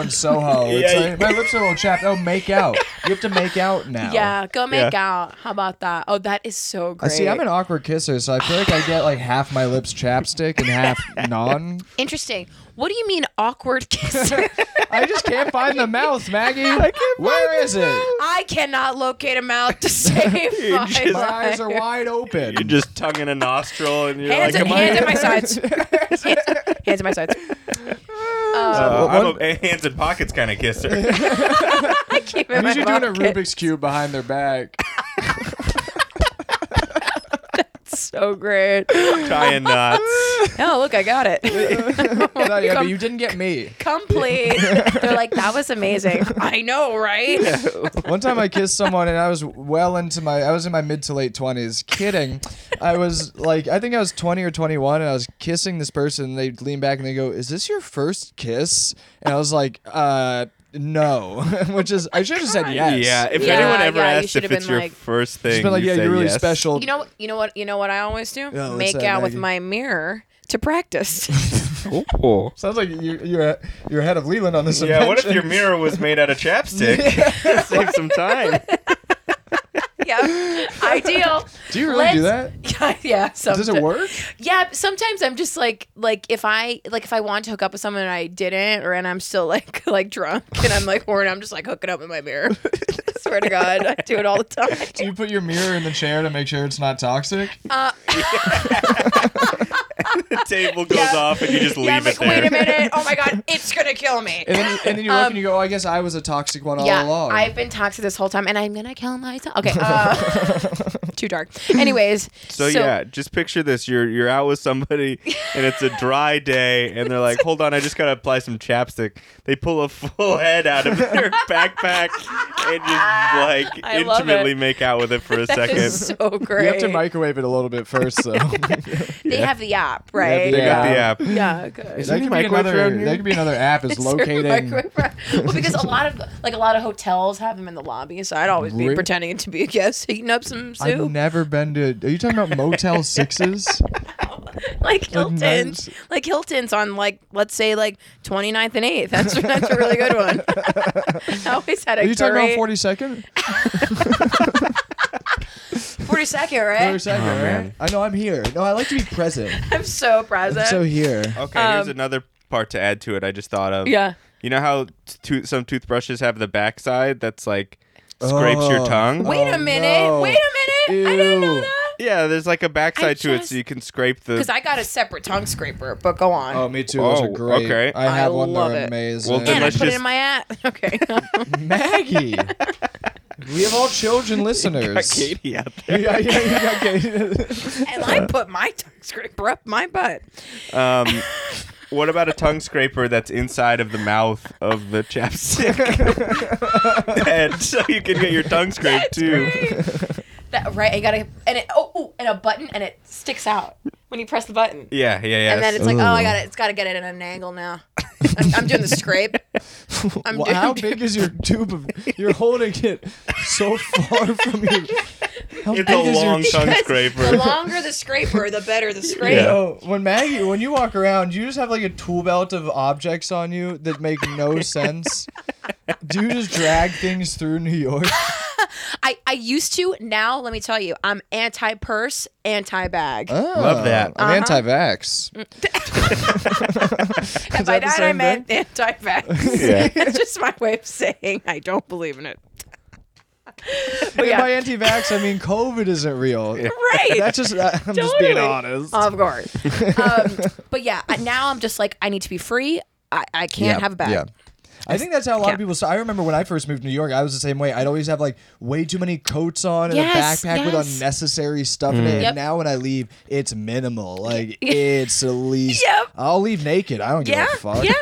Speaker 7: in Soho. It's
Speaker 8: Yeah,
Speaker 7: like,
Speaker 8: you-
Speaker 7: my lips are a little chapped. Oh, make out. You have to make out now.
Speaker 6: yeah, go make
Speaker 8: Yeah.
Speaker 6: out. How about that? Oh, that is so
Speaker 7: I
Speaker 6: great.
Speaker 7: see. I'm an awkward kisser, so I feel like I get like half my lips chapstick and half non.
Speaker 6: Interesting. What do you mean awkward kisser?
Speaker 7: I just can't find the mouth, Maggie. Where is it?
Speaker 6: I cannot locate a mouth to save my
Speaker 8: just-
Speaker 7: My eyes are
Speaker 6: life.
Speaker 7: wide open.
Speaker 8: You're just tongue in a nostril, and you're
Speaker 6: Hands,
Speaker 8: like,
Speaker 6: at,
Speaker 8: "Am I-
Speaker 6: hands at my sides. hands, hands at my sides. Um,
Speaker 8: Uh,
Speaker 7: What-
Speaker 8: I'm a hands in pockets kind of kisser.
Speaker 6: Keep it in
Speaker 7: I'm
Speaker 6: my
Speaker 7: usually doing a
Speaker 6: pocket.
Speaker 7: Rubik's cube behind their back.
Speaker 6: So great.
Speaker 8: Tying knots.
Speaker 6: Oh, look, I got it.
Speaker 7: no, yeah, but you didn't get me.
Speaker 6: Complete. They're like, that was amazing. I know, right?
Speaker 7: One time I kissed someone and I was well into my I was in my mid to late twenties. Kidding. I was like I think I was twenty or twenty one and I was kissing this person and they lean back and they go, Is this your first kiss? And I was like, uh no, which is
Speaker 6: Oh
Speaker 7: I should have said yes.
Speaker 8: Yeah. If
Speaker 6: Yeah,
Speaker 8: anyone ever
Speaker 6: yeah, you
Speaker 7: asked,
Speaker 8: asks
Speaker 6: should've
Speaker 8: if it's
Speaker 6: been
Speaker 8: your
Speaker 6: like-
Speaker 8: first thing,
Speaker 7: it's been like,
Speaker 8: you
Speaker 7: yeah,
Speaker 8: say
Speaker 7: you're really
Speaker 8: yes.
Speaker 7: special.
Speaker 6: You know what? You know what? You know what I always do?
Speaker 7: Yeah, what's
Speaker 6: Make
Speaker 7: that,
Speaker 6: out with
Speaker 7: Maggie?
Speaker 6: my mirror to practice.
Speaker 8: Ooh.
Speaker 7: Sounds like you, you're a- you're ahead of Leland on this.
Speaker 8: Yeah, what if your
Speaker 7: invention.
Speaker 8: mirror was made out of chapstick? Save some time.
Speaker 6: yeah, ideal.
Speaker 7: Do you really
Speaker 6: Let's-
Speaker 7: do that?
Speaker 6: Yeah, yeah.
Speaker 7: Does it
Speaker 6: someti-
Speaker 7: work?
Speaker 6: Yeah, sometimes I'm just like like if I like if I want to hook up with someone and I didn't, or and I'm still like like drunk and I'm like horny, I'm just like hooking up in my mirror. I swear to God, I do it all the
Speaker 7: Do
Speaker 6: time.
Speaker 7: you put your mirror in the chair to make sure it's not toxic?
Speaker 6: Uh,
Speaker 8: The table goes
Speaker 6: Yeah.
Speaker 8: off and you just leave
Speaker 6: yeah, I'm
Speaker 8: it
Speaker 6: like,
Speaker 8: there.
Speaker 6: wait a minute. Oh my God, it's gonna kill me.
Speaker 7: And then, and then you look and you go, oh, I guess I was a toxic one all
Speaker 6: yeah,
Speaker 7: along.
Speaker 6: I've been toxic this whole time, and I'm gonna kill myself. Okay, uh, too dark. Anyways,
Speaker 8: So, yeah, just picture this: you're you're out with somebody, and it's a dry day, and they're like, "Hold on, I just gotta apply some chapstick." They pull a full head out of their backpack and just like
Speaker 6: I love
Speaker 8: intimately
Speaker 6: it.
Speaker 8: make out with it for a
Speaker 6: that
Speaker 8: second.
Speaker 6: is so great.
Speaker 7: you have to microwave it a little bit first, though.
Speaker 6: They have the app, right?
Speaker 7: the
Speaker 8: They got the app.
Speaker 6: Yeah, good.
Speaker 7: that, could
Speaker 8: any
Speaker 7: be
Speaker 8: microwave around
Speaker 7: another,
Speaker 8: here?
Speaker 7: that could be another app is
Speaker 6: Is there a
Speaker 7: locating.
Speaker 6: microwave? well, because a lot of like a lot of hotels have them in the lobby, so I'd always be
Speaker 7: Really?
Speaker 6: pretending to be a guest, heating up some soup,
Speaker 7: I've never been to. Are you talking about Motel Sixes?
Speaker 6: like Hilton's,
Speaker 7: nice.
Speaker 6: like Hilton's on like let's say like 29th and 8th. That's that's a really good one. I always had a
Speaker 7: Are you talking about
Speaker 6: great
Speaker 7: Forty Second?
Speaker 6: 42nd,
Speaker 7: Forty
Speaker 6: right?
Speaker 7: Second, right?
Speaker 8: man.
Speaker 7: I know I'm here. No, I like to be present.
Speaker 6: I'm so
Speaker 7: I'm
Speaker 6: present.
Speaker 7: so here.
Speaker 8: Okay,
Speaker 6: Um,
Speaker 8: here's another part to add to it. I just thought of.
Speaker 6: yeah.
Speaker 8: You know how to- some toothbrushes have the backside that's like scrapes your
Speaker 7: Oh.
Speaker 8: tongue.
Speaker 6: Wait
Speaker 7: Oh,
Speaker 6: a minute.
Speaker 7: no.
Speaker 6: Wait a minute. I didn't know
Speaker 7: Ew.
Speaker 6: that.
Speaker 8: Yeah, there's like a backside to it,
Speaker 6: just-
Speaker 8: so you can scrape the.
Speaker 6: Because I got a separate tongue scraper, but go on.
Speaker 7: Oh, me too. Those
Speaker 8: Oh,
Speaker 7: are great.
Speaker 8: okay.
Speaker 7: I have
Speaker 6: I
Speaker 7: one.
Speaker 6: love
Speaker 7: They're
Speaker 6: it.
Speaker 7: amazing.
Speaker 8: Well, then
Speaker 6: and I
Speaker 8: let's
Speaker 6: put it
Speaker 8: just-
Speaker 6: in my ass. Okay.
Speaker 7: Maggie. we have all children
Speaker 8: Got
Speaker 7: listeners.
Speaker 8: Katie out there.
Speaker 7: yeah, yeah, yeah, Katie.
Speaker 6: and I put my tongue scraper up my butt.
Speaker 8: Um, what about a tongue scraper that's inside of the mouth of the chapstick? and so you can get your tongue scraped too.
Speaker 6: That, right, I gotta and it oh ooh, and a button and it sticks out when you press the button.
Speaker 8: Yeah, yeah, yeah.
Speaker 6: And then it's
Speaker 8: So-
Speaker 6: like, oh, I got to It's got to get it at an angle now. I'm, I'm doing the scrape. I'm
Speaker 7: Well,
Speaker 6: doing
Speaker 7: how big is your tube? Of, you're holding it so far from you. How
Speaker 8: it's
Speaker 7: big
Speaker 8: a
Speaker 7: is your
Speaker 8: long
Speaker 7: tube?
Speaker 8: tongue
Speaker 6: the
Speaker 8: scraper.
Speaker 6: longer the scraper, the better the scrape.
Speaker 8: Yeah.
Speaker 7: Oh, when Maggie, when you walk around, you just have like a tool belt of objects on you that make no sense. Do you just drag things through New York?
Speaker 6: I I used to. Now, let me tell you, I'm anti purse, anti bag.
Speaker 8: Love that.
Speaker 6: Uh-huh.
Speaker 7: I'm anti-vax.
Speaker 6: Mm, and by
Speaker 7: that the
Speaker 6: that I
Speaker 7: same
Speaker 6: meant anti vax.
Speaker 8: Yeah.
Speaker 6: That's just my way of saying I don't believe in it. but
Speaker 7: And
Speaker 6: yeah,
Speaker 7: By anti-vax, I mean COVID isn't real.
Speaker 6: right.
Speaker 7: That's just I'm just being
Speaker 6: Totally.
Speaker 7: honest.
Speaker 6: Of course. um, but yeah, I- now I'm just like, I need to be free. I, I can't have a bag.
Speaker 7: I think that's how a lot
Speaker 6: Yeah.
Speaker 7: of people. So I remember when I first moved to New York, I was the same way. I'd always have like way too many coats on and
Speaker 6: Yes,
Speaker 7: a backpack with
Speaker 6: yes. Mm.
Speaker 7: unnecessary stuff in it.
Speaker 6: Yep.
Speaker 7: And now when I leave, it's minimal. Like it's the least.
Speaker 6: Yep.
Speaker 7: I'll leave naked. I don't give
Speaker 6: Yeah.
Speaker 7: a fuck.
Speaker 6: Yeah.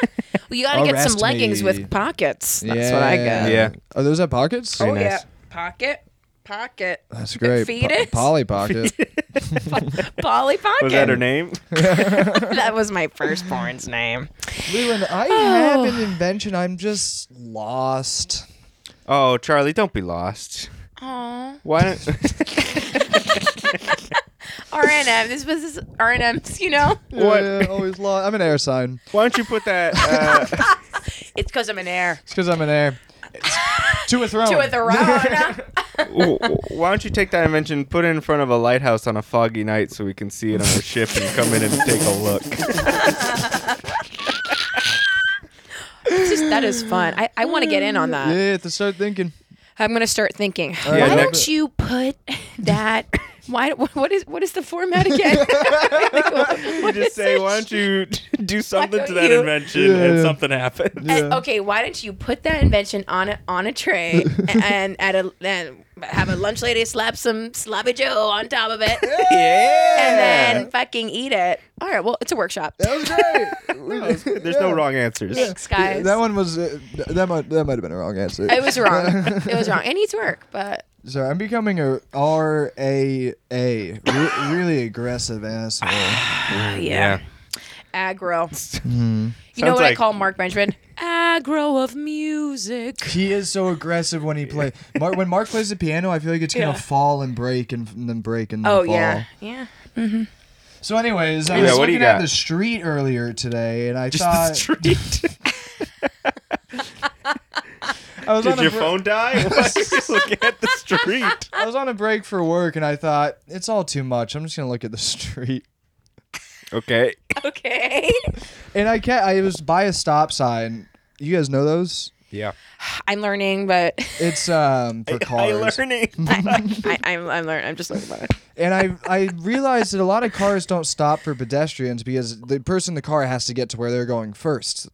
Speaker 6: Well, you got to get some
Speaker 7: Arrest
Speaker 6: leggings
Speaker 7: me.
Speaker 6: with pockets. That's what I
Speaker 7: Yeah.
Speaker 6: get.
Speaker 8: Yeah.
Speaker 7: Are those at pockets?
Speaker 6: Oh,
Speaker 8: nice.
Speaker 6: yeah. Pocket. Pocket.
Speaker 7: That's great.
Speaker 6: Fetus.
Speaker 7: Polly pocket.
Speaker 6: Polly Pocket.
Speaker 8: Was that her name?
Speaker 6: That was my firstborn's name.
Speaker 7: Leland, I
Speaker 6: Oh.
Speaker 7: have an invention. I'm just lost.
Speaker 8: Oh, Charlie, don't be lost.
Speaker 6: Aw.
Speaker 8: Why don't?
Speaker 6: R&M. This was his R&M's, you know?
Speaker 8: What?
Speaker 7: Yeah, always lost. I'm an air sign.
Speaker 8: Why don't you put that? Uh,
Speaker 6: It's because I'm an heir.
Speaker 7: It's because I'm an air. to a throne.
Speaker 6: To a throne.
Speaker 8: w- w- why don't you take that invention, put it in front of a lighthouse on a foggy night, so we can see it on our ship and come in and take a look.
Speaker 6: It's just- that is fun. I, I want to get in on that.
Speaker 7: Yeah, you have to start thinking.
Speaker 6: I'm gonna start thinking.
Speaker 8: Oh, Yeah,
Speaker 6: why
Speaker 8: no-
Speaker 6: don't you put that? Why? What is what is the format again?
Speaker 8: you just say, why don't you do something to that
Speaker 6: you-
Speaker 8: invention and something happens?
Speaker 6: And- Eh, okay, why don't you put that invention on a on a tray and at a and have a lunch lady slap some sloppy Joe on top of it and then fucking eat it? All right, well, it's a workshop.
Speaker 7: That was great.
Speaker 8: There's no wrong answers.
Speaker 6: Thanks, guys.
Speaker 7: That one was uh, th- that might that might have been a wrong answer.
Speaker 6: it was wrong. It was wrong. It needs work, but
Speaker 7: Sorry, I'm becoming a R A A re- really aggressive asshole.
Speaker 6: yeah, aggro. You know what
Speaker 8: Sounds
Speaker 6: I
Speaker 7: Mm-hmm.
Speaker 8: like-
Speaker 6: call Mark Benjamin? aggro of music.
Speaker 7: He is so aggressive when he plays. Mark, when Mark plays the piano, I feel like it's gonna
Speaker 6: Yeah.
Speaker 7: fall and break and, and then break and then
Speaker 6: Oh
Speaker 7: fall.
Speaker 6: yeah, yeah.
Speaker 7: So, anyways, I
Speaker 8: Yeah,
Speaker 7: was
Speaker 8: what do you
Speaker 7: looking at
Speaker 8: got?
Speaker 7: the street earlier today, and I
Speaker 8: Just the
Speaker 7: thought
Speaker 8: street.
Speaker 7: I was
Speaker 8: Did
Speaker 7: on a
Speaker 8: your
Speaker 7: br-
Speaker 8: phone die? Why are you looking at the street?
Speaker 7: I was on a break for work, and I thought it's all too much. I'm just gonna look at the street.
Speaker 8: Okay.
Speaker 6: Okay.
Speaker 7: And I can I was by a stop sign. You guys know those?
Speaker 8: Yeah.
Speaker 6: I'm learning, but
Speaker 7: It's um for
Speaker 8: I
Speaker 7: cars.
Speaker 8: learning.
Speaker 6: I, I'm I'm learning. I'm just learning about it.
Speaker 7: and I I realized that a lot of cars don't stop for pedestrians because the person in the car has to get to where they're going first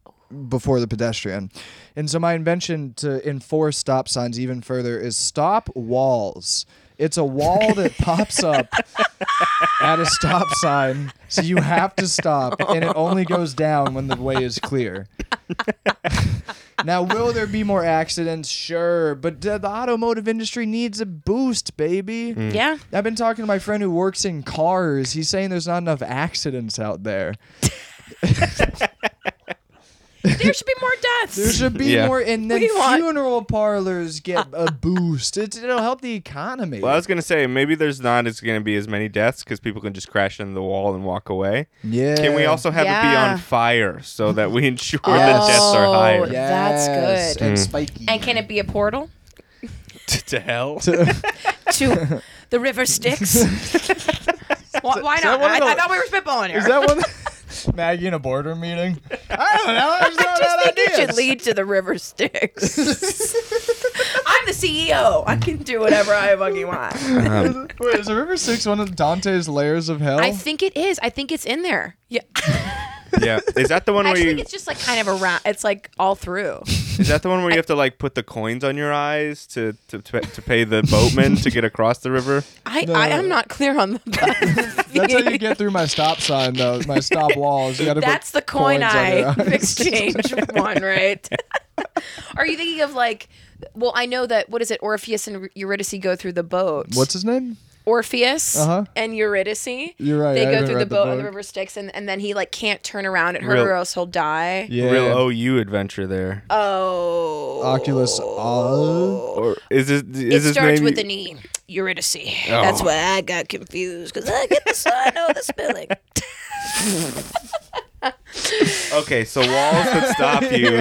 Speaker 7: before the pedestrian. And so my invention to enforce stop signs even further is stop walls. It's a wall that pops up at a stop sign, so you have to stop, and it only goes down when the way is clear. now, will there be more accidents? Sure, but the the automotive industry needs a boost, baby.
Speaker 6: Yeah.
Speaker 7: I've been talking to my friend who works in cars. He's saying there's not enough accidents out there.
Speaker 6: There should be more
Speaker 7: There
Speaker 6: deaths.
Speaker 7: should be
Speaker 8: Yeah.
Speaker 7: more, and then
Speaker 6: We want-
Speaker 7: funeral parlors get a boost. It, it'll help the economy.
Speaker 8: Well, I was gonna say maybe there's not as gonna be as many deaths because people can just crash into the wall and walk away.
Speaker 7: yeah.
Speaker 8: Can we also have it be
Speaker 6: Yeah.
Speaker 8: on fire so that we ensure that deaths are
Speaker 6: Oh,
Speaker 8: higher?
Speaker 6: yeah. That's
Speaker 7: Yes,
Speaker 6: good.
Speaker 7: And
Speaker 8: Mm.
Speaker 7: spiky.
Speaker 6: And can it be a portal
Speaker 8: to hell.
Speaker 6: to the river Styx? why, why
Speaker 7: is that
Speaker 6: not?
Speaker 7: one of
Speaker 6: I, I
Speaker 7: the-
Speaker 6: thought we were spitballing here.
Speaker 7: Is that one? Maggie in a boarder meeting. I don't know. I'm just
Speaker 6: I
Speaker 7: throwing
Speaker 6: just
Speaker 7: out
Speaker 6: think it should
Speaker 7: ideas.
Speaker 6: lead to the river Styx. I'm the CEO. I can do whatever I fucking want.
Speaker 8: Uh-huh.
Speaker 7: Wait, is the River Six one of Dante's layers of hell?
Speaker 6: I think it is. I think it's in there. Yeah.
Speaker 8: yeah. Is that the one
Speaker 6: I
Speaker 8: where
Speaker 6: just
Speaker 8: you
Speaker 6: think it's just like kind of around. It's like all through.
Speaker 8: Is that the one where you have to like put the coins on your eyes to to, to, to pay the boatman to get across the river?
Speaker 6: I, I am not clear on the.
Speaker 7: That's how you get through my stop sign, though. My stop walls. You gotta put
Speaker 6: That's the coin
Speaker 7: coins on your
Speaker 6: I
Speaker 7: eyes.
Speaker 6: exchange one, right? Are you thinking of like? Well, I know that what is it? Orpheus and Eurydice go through the boat.
Speaker 7: What's his name?
Speaker 6: Orpheus
Speaker 7: Uh-huh.
Speaker 6: and Eurydice?
Speaker 7: You're right,
Speaker 6: They
Speaker 7: I
Speaker 6: go
Speaker 7: haven't
Speaker 6: through the
Speaker 7: read the
Speaker 6: boat on the
Speaker 7: book.
Speaker 6: river Styx, and, and then he like can't turn around at her,
Speaker 8: Real-
Speaker 6: or else he'll die.
Speaker 7: Yeah.
Speaker 8: Real OU adventure there.
Speaker 6: Uh, Oh.
Speaker 7: Oculus. Olive.
Speaker 8: or is it
Speaker 6: It
Speaker 8: is his
Speaker 6: starts
Speaker 8: name Oh.
Speaker 6: with an E. Eurydice. That's why I got confused because I get the sign of the spelling.
Speaker 8: Okay, so walls that stop you.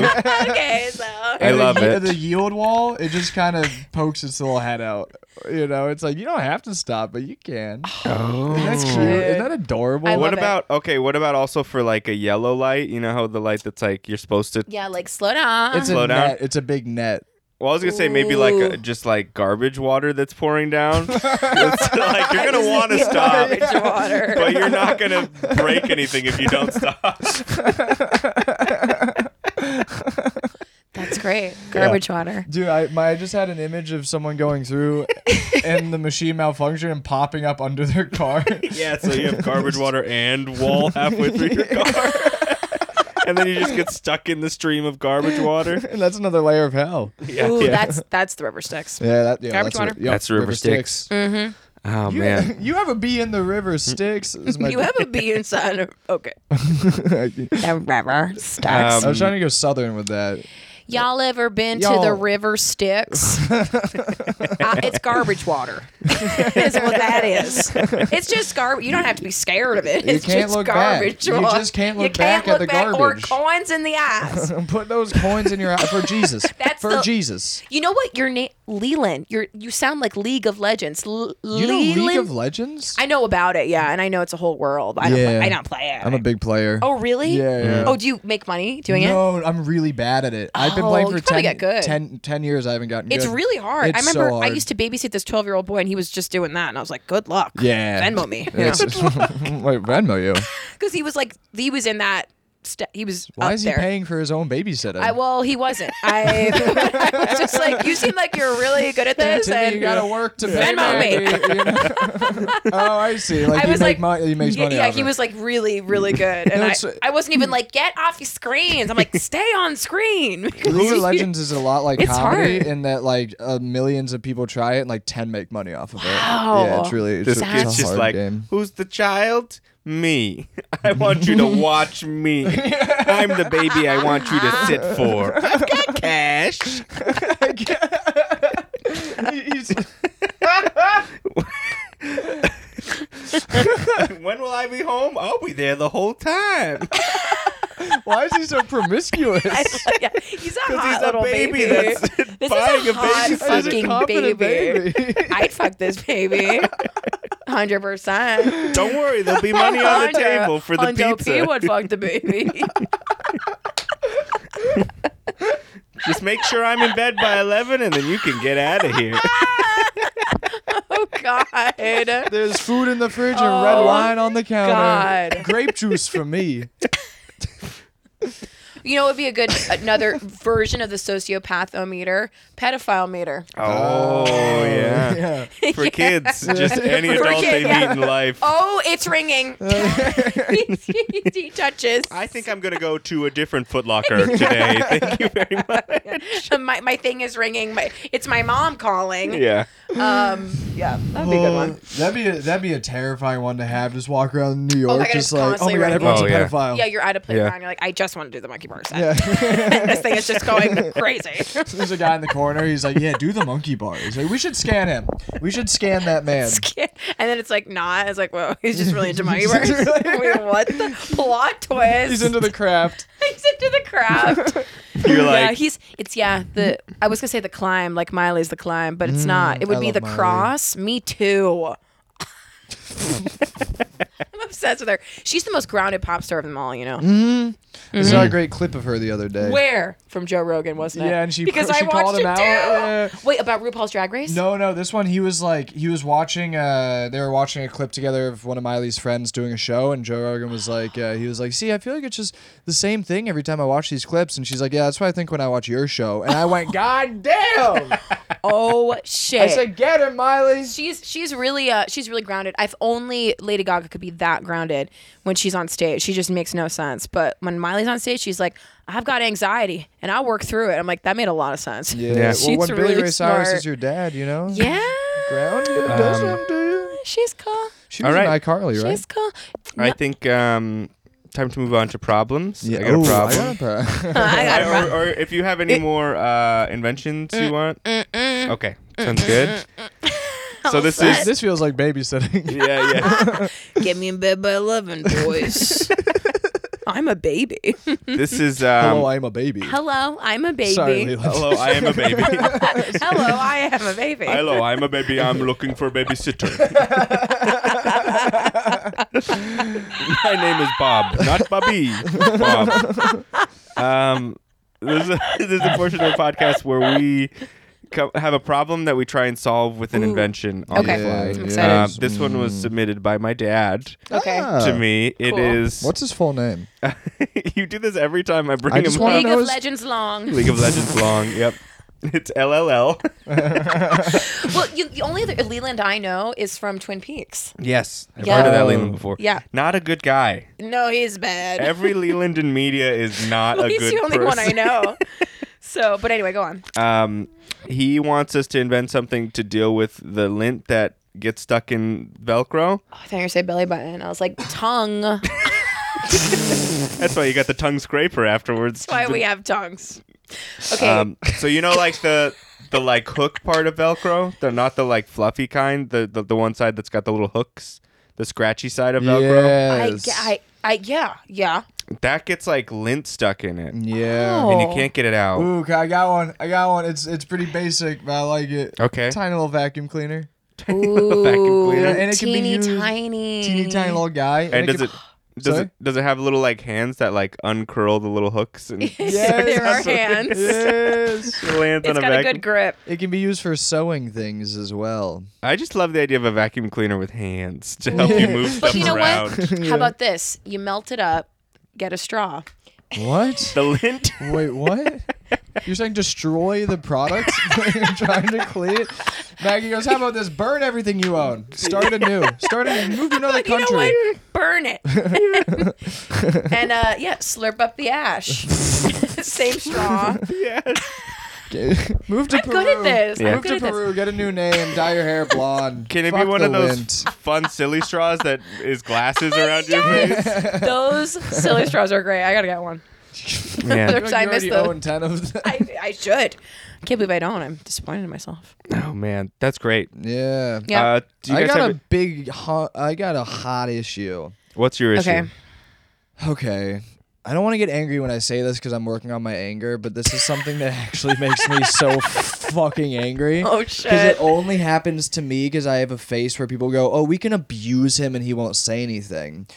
Speaker 6: okay, so
Speaker 8: I love
Speaker 7: the,
Speaker 8: it.
Speaker 7: The yield wall, it just kind of pokes its little head out. You know, it's like you don't have to stop, but you can. Oh, that's cute. Isn't that adorable?
Speaker 6: I
Speaker 8: What
Speaker 6: love it.
Speaker 8: about okay, what about also for like a yellow light? You know how the light that's like you're supposed to
Speaker 6: yeah, like slow down.
Speaker 7: it's a
Speaker 8: Slow
Speaker 7: net.
Speaker 8: down.
Speaker 7: It's a big net.
Speaker 8: Well, I was gonna say maybe like
Speaker 6: Ooh.
Speaker 8: a, just like garbage water that's pouring down. It's like you're gonna want to stop,
Speaker 6: Garbage water.
Speaker 8: but you're not gonna break anything if you don't stop.
Speaker 6: That's great. Garbage water.
Speaker 7: Dude, I, my, I just had an image of someone going through and the machine malfunction and popping up under their car.
Speaker 8: Yeah, so you have garbage water and wall halfway through your car. and then you just get stuck in the stream of garbage water.
Speaker 7: and that's another layer of hell.
Speaker 8: Yeah.
Speaker 6: Ooh,
Speaker 8: yeah.
Speaker 6: that's that's the rubber sticks.
Speaker 7: Yeah, that, yeah
Speaker 6: Garbage
Speaker 7: that's
Speaker 6: water.
Speaker 7: ri- yep,
Speaker 8: That's river sticks. oh
Speaker 7: You,
Speaker 8: man.
Speaker 7: you have a bee in the river sticks. is
Speaker 6: Mm-hmm.
Speaker 7: my-
Speaker 6: You have a bee inside of okay. The river sticks.
Speaker 7: I
Speaker 8: Um,
Speaker 7: was trying to go southern with that.
Speaker 6: Y'all ever been to
Speaker 7: Y'all-
Speaker 6: the river Styx? uh, it's garbage water. is what that is. It's just garbage. You don't have to be scared of it.
Speaker 7: You
Speaker 6: It's
Speaker 7: can't
Speaker 6: just
Speaker 7: look back.
Speaker 6: garbage
Speaker 7: You
Speaker 6: water.
Speaker 7: just can't
Speaker 6: You
Speaker 7: look
Speaker 6: can't
Speaker 7: back at the
Speaker 6: look back
Speaker 7: garbage.
Speaker 6: or coins in the eyes.
Speaker 7: Put those coins in your eye for Jesus.
Speaker 6: That's
Speaker 7: for
Speaker 6: the-
Speaker 7: Jesus.
Speaker 6: You know what? Your name Leland. You you sound like League of Legends. L-
Speaker 7: You know League
Speaker 6: Leland-
Speaker 7: of Legends?
Speaker 6: I know about it, yeah, and I know it's a whole world. I don't,
Speaker 7: Mm. Yeah.
Speaker 6: play, I don't play it.
Speaker 7: I'm a big player.
Speaker 6: oh, really?
Speaker 7: Yeah, yeah.
Speaker 6: Oh, do you make money doing it?
Speaker 7: no, I'm really bad at it. I've been
Speaker 6: Oh,
Speaker 7: playing
Speaker 6: you
Speaker 7: for
Speaker 6: probably
Speaker 7: 10,
Speaker 6: got good.
Speaker 7: 10 10 years. I haven't gotten
Speaker 6: It's
Speaker 7: good.
Speaker 6: really hard. I
Speaker 7: It's so
Speaker 6: remember I
Speaker 7: hard.
Speaker 6: used to babysit this 12 year old boy and he was just doing that. And I was like, good luck.
Speaker 7: Yeah.
Speaker 6: Venmo me.
Speaker 7: It's-
Speaker 6: Because
Speaker 7: Wait, Venmo you.
Speaker 6: he was like, he was in that, st- he was
Speaker 7: Why
Speaker 6: up
Speaker 7: is he
Speaker 6: there.
Speaker 7: paying for his own babysitter?
Speaker 6: I, well, he wasn't. I, I was just like, you seem like you're really good at this.
Speaker 7: Timmy, you
Speaker 6: And
Speaker 7: gotta work to pay
Speaker 6: Venmo me.
Speaker 7: back, you know? oh, I see. Like
Speaker 6: I
Speaker 7: he,
Speaker 6: was
Speaker 7: make
Speaker 6: like,
Speaker 7: mon- he makes
Speaker 6: yeah,
Speaker 7: money.
Speaker 6: yeah
Speaker 7: off
Speaker 6: he
Speaker 7: it.
Speaker 6: was like really, really good. And I,
Speaker 7: it's-
Speaker 6: I wasn't even like, get off your screens. I'm like, stay on screen.
Speaker 7: League of Legends is a lot like
Speaker 6: It's
Speaker 7: comedy
Speaker 6: hard.
Speaker 7: in that like uh, millions of people try it and like ten make money off of it.
Speaker 6: Wow.
Speaker 7: Yeah, it's really it's,
Speaker 8: This
Speaker 7: it's a
Speaker 8: kid's just
Speaker 7: hard
Speaker 8: like,
Speaker 7: game.
Speaker 8: who's the child? Me. I want you to watch me. I'm the baby I want you to sit for. I've got cash. when will I be home? I'll be there the whole time.
Speaker 7: Why is he so promiscuous?
Speaker 6: yeah, he's a hot
Speaker 8: Because he's a
Speaker 6: little
Speaker 8: baby, that's
Speaker 6: this
Speaker 8: buying
Speaker 6: is a,
Speaker 8: a
Speaker 6: hot
Speaker 8: babysitter.
Speaker 6: fucking baby.
Speaker 7: Confident baby.
Speaker 6: I'd fuck this baby. Hundred percent.
Speaker 8: Don't worry, there'll be money on the table for the pizza.
Speaker 6: P would fuck the baby.
Speaker 8: Just make sure I'm in bed by 11 and then you can get out of here.
Speaker 6: oh God.
Speaker 7: There's food in the fridge and red wine on the counter.
Speaker 6: Oh, God.
Speaker 7: Grape juice for me.
Speaker 6: You know, it would be a good another version of the sociopathometer, pedophile meter.
Speaker 8: Oh, yeah.
Speaker 7: Yeah.
Speaker 8: For kids, just any
Speaker 6: For
Speaker 8: adult
Speaker 6: kid,
Speaker 8: they
Speaker 6: yeah.
Speaker 8: meet in life.
Speaker 6: Oh, it's ringing. he touches.
Speaker 8: I think I'm going to go to a different Footlocker today. Thank you very much.
Speaker 6: my my thing is ringing. My it's my mom calling.
Speaker 8: Yeah.
Speaker 6: Um, yeah, that'd be a good one.
Speaker 7: Oh, that'd be a, that'd be a terrifying one to have. Just walk around New York,
Speaker 6: my God,
Speaker 7: just
Speaker 6: it's
Speaker 7: like, oh my
Speaker 6: constantly
Speaker 7: god,
Speaker 6: raining.
Speaker 7: everyone's
Speaker 8: Oh,
Speaker 7: a
Speaker 8: yeah.
Speaker 7: pedophile.
Speaker 6: Yeah, you're at a playground.
Speaker 8: Yeah.
Speaker 6: You're like, I just want to do the monkey bar set.
Speaker 7: Yeah.
Speaker 6: this thing is just going crazy.
Speaker 7: There's a guy in the corner. He's like, yeah, do the monkey bar. He's like, we should scan him. We should scan that man.
Speaker 6: and then it's like not. It's like, whoa, he's just really into monkey bars. Wait, what the plot twist?
Speaker 7: He's into the craft.
Speaker 6: He's into the craft.
Speaker 8: You're
Speaker 6: yeah,
Speaker 8: like,
Speaker 6: he's it's yeah. The I was gonna say the climb, like Miley's the climb, but it's not. It would
Speaker 7: Mm, I
Speaker 6: be
Speaker 7: love
Speaker 6: the
Speaker 7: Miley.
Speaker 6: cross. Me too. I'm obsessed with her. She's the most grounded pop star of them all. You know.
Speaker 7: Mm. I saw
Speaker 6: Mm-hmm.
Speaker 7: a great clip of her the other day.
Speaker 6: Where from Joe Rogan wasn't it?
Speaker 7: Yeah, and she-
Speaker 6: because
Speaker 7: she
Speaker 6: I
Speaker 7: called
Speaker 6: watched
Speaker 7: him
Speaker 6: it
Speaker 7: out,
Speaker 6: too.
Speaker 7: yeah.
Speaker 6: Wait about RuPaul's Drag Race?
Speaker 7: No, no, this one he was like he was watching uh they were watching a clip together of one of Miley's friends doing a show and Joe Rogan was like uh, he was like, "See, I feel like it's just the same thing every time I watch these clips." And she's like, "Yeah, that's what I think when I watch your show." And I went, "God damn."
Speaker 6: Oh shit.
Speaker 7: I said, "Get him, Miley."
Speaker 6: she's she's really uh she's really grounded. I've only Lady Gaga could be that grounded when she's on stage. She just makes no sense. But when Miley's on stage, she's like, I've got anxiety and I'll work through it. I'm like, that made a lot of sense.
Speaker 7: Yeah.
Speaker 6: She's
Speaker 7: Well, when Billy
Speaker 6: really
Speaker 7: Ray Cyrus
Speaker 6: smart.
Speaker 7: is your dad, you know?
Speaker 6: Yeah.
Speaker 7: Ground it, does him, do you?
Speaker 6: She's cool.
Speaker 7: She
Speaker 8: All
Speaker 7: was
Speaker 8: right.
Speaker 7: in iCarly, Um, right?
Speaker 6: She's cool.
Speaker 8: I think um, time to move on to problems. I got
Speaker 7: Ooh,
Speaker 8: a problem.
Speaker 7: oh, I got a problem.
Speaker 6: I got it.
Speaker 8: or, or if you have any more uh, inventions you want. Okay, sounds good. So this
Speaker 7: this,
Speaker 8: is
Speaker 7: this feels like babysitting.
Speaker 8: yeah yeah.
Speaker 6: Get me in bed by eleven, boys. I'm a baby.
Speaker 8: This is
Speaker 7: Hello,
Speaker 8: um,
Speaker 7: I'm a baby.
Speaker 6: Hello, I'm a baby.
Speaker 7: Sorry, Leland.
Speaker 8: hello. I am a baby.
Speaker 6: Hello, I am a baby.
Speaker 8: Hello, I'm a baby. I'm looking for a babysitter. My name is Bob, not Bobby. Bob. Um, this is, a, this is a portion of the podcast where we co- have a problem that we try and solve with an invention on
Speaker 6: Okay.
Speaker 8: the
Speaker 7: Yeah,
Speaker 8: fly.
Speaker 6: I'm
Speaker 7: yeah.
Speaker 8: Um, this one was submitted by my dad
Speaker 6: okay.
Speaker 7: Hmm. Ah.
Speaker 8: to me. It
Speaker 6: Cool.
Speaker 8: is.
Speaker 7: What's his full name?
Speaker 8: you do this every time I bring
Speaker 7: I
Speaker 8: him
Speaker 7: just
Speaker 8: up.
Speaker 7: wanna
Speaker 6: League
Speaker 7: know
Speaker 6: of
Speaker 7: his-
Speaker 6: Legends long.
Speaker 8: League of Legends long. Yep. It's LLL.
Speaker 6: Well, you, the only other Leland I know is from Twin Peaks.
Speaker 8: Yes, I've
Speaker 6: Yeah.
Speaker 8: heard of that
Speaker 7: Oh.
Speaker 8: Leland before.
Speaker 6: Yeah.
Speaker 8: Not a good guy.
Speaker 6: No, he's bad.
Speaker 8: Every Leland in media is not a
Speaker 6: he's
Speaker 8: good
Speaker 6: the only one I
Speaker 8: person.
Speaker 6: know. So, but anyway, go on.
Speaker 8: Um, he wants us to invent something to deal with the lint that gets stuck in Velcro.
Speaker 6: I thought you were gonna say belly button. I was like tongue. That's
Speaker 8: That's why you got the tongue scraper afterwards.
Speaker 6: why we have tongues. Okay.
Speaker 8: Um, so you know, like the the like hook part of Velcro, the not the like fluffy kind, the the, the one side that's got the little hooks, the scratchy side of Velcro.
Speaker 6: I,
Speaker 7: Yes.
Speaker 6: ge- I, I, yeah, yeah.
Speaker 8: That gets like lint stuck in it, and
Speaker 7: yeah.
Speaker 6: Oh.
Speaker 8: you can't get it out.
Speaker 7: Ooh, okay, I got one. I got one. It's it's pretty basic, but I like it.
Speaker 8: Okay.
Speaker 7: Tiny little vacuum cleaner.
Speaker 8: Little vacuum cleaner.
Speaker 7: and it can be
Speaker 6: teeny
Speaker 7: used-
Speaker 6: tiny,
Speaker 7: Teeny tiny little guy.
Speaker 8: And does
Speaker 7: can-
Speaker 8: it does
Speaker 7: Sorry?
Speaker 8: it does it have little like hands that like uncurl the little hooks and
Speaker 7: Yes.
Speaker 6: there are hands.
Speaker 7: Yes.
Speaker 8: lands on
Speaker 6: It's
Speaker 8: a
Speaker 6: got a
Speaker 8: vacuum?
Speaker 6: good grip.
Speaker 7: It can be used for sewing things as well.
Speaker 8: I just love the idea of a vacuum cleaner with hands to help you move
Speaker 6: But
Speaker 8: stuff
Speaker 6: you know
Speaker 8: around.
Speaker 6: what? How about this? You melt it up, get a straw.
Speaker 7: What?
Speaker 8: The lint.
Speaker 7: Wait, what? You're saying destroy the product that you're trying to clean? Maggie goes, how about this? Burn everything you own. Start anew. Start anew. Move to another
Speaker 6: You know
Speaker 7: country.
Speaker 6: what? Burn it. and uh, yeah, slurp up the ash. Same straw.
Speaker 8: yes.
Speaker 7: Move to
Speaker 6: I'm
Speaker 7: Peru.
Speaker 6: good at this. I'm
Speaker 8: Yeah.
Speaker 7: Move
Speaker 6: good
Speaker 7: to
Speaker 6: at this.
Speaker 7: Peru. Get a new name. Dye your hair blonde.
Speaker 8: Can it be
Speaker 7: Fuck
Speaker 8: one
Speaker 7: the
Speaker 8: of those
Speaker 7: lint.
Speaker 8: fun silly straws that is glasses around your
Speaker 6: Yes!
Speaker 8: face?
Speaker 6: Those silly straws are great. I gotta get one.
Speaker 8: Yeah.
Speaker 6: Oops,
Speaker 7: you
Speaker 6: I
Speaker 7: already
Speaker 6: missed those.
Speaker 7: own ten of them.
Speaker 6: I, I should. I can't believe I don't. I'm disappointed in myself.
Speaker 8: Oh man, that's great.
Speaker 7: yeah.
Speaker 6: Yeah.
Speaker 8: Uh, do you
Speaker 7: I
Speaker 8: guys
Speaker 7: got
Speaker 8: have
Speaker 7: a big hot. I got a hot issue.
Speaker 8: What's your issue?
Speaker 6: Okay.
Speaker 7: Okay. I don't want to get angry when I say this because I'm working on my anger, but this is something that actually makes me so fucking angry.
Speaker 6: Oh,
Speaker 7: Because
Speaker 6: shit.
Speaker 7: it only happens to me because I have a face where people go, "Oh, we can abuse him and he won't say anything."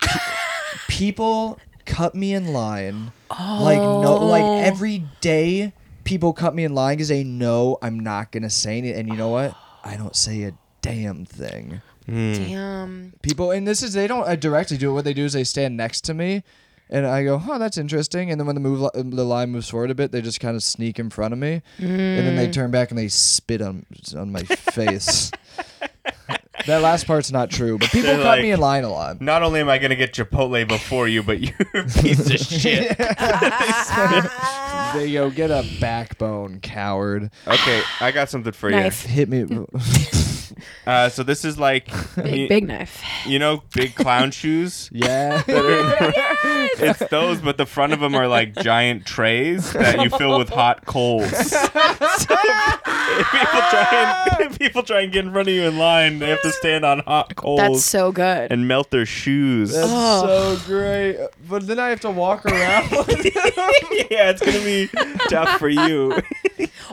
Speaker 7: Pe- people cut me in line, like no, like every day. People cut me in line because they know I'm not gonna say anything, and you know what? I don't say a damn thing.
Speaker 6: Damn.
Speaker 7: People, and this is they don't uh, directly do it. What they do is they stand next to me, and I go, "Huh, that's interesting." And then when the move li- the line moves forward a bit, they just kind of sneak in front of me, and then they turn back and they spit on on my face. that last part's not true, but people
Speaker 8: They're
Speaker 7: cut me
Speaker 8: like-
Speaker 7: in line a lot.
Speaker 8: Not only am I gonna get Chipotle before you, but you're a piece of shit.
Speaker 6: Ah.
Speaker 7: They go, "Get a backbone, coward!
Speaker 8: okay, I got something for
Speaker 6: Knife.
Speaker 7: Hit me!"
Speaker 8: you. Uh, so this is like,
Speaker 6: Big,
Speaker 8: you,
Speaker 6: big knife.
Speaker 8: you know, big clown shoes.
Speaker 7: yeah,
Speaker 8: It's those, but the front of them are like giant trays that you fill with hot coals. So if people try and if people try and get in front of you in line, they have to stand on hot coals
Speaker 6: That's so good.
Speaker 8: and melt their shoes.
Speaker 7: that's
Speaker 6: Oh.
Speaker 7: so great. But then I have to walk around.
Speaker 8: yeah, it's gonna be tough for you.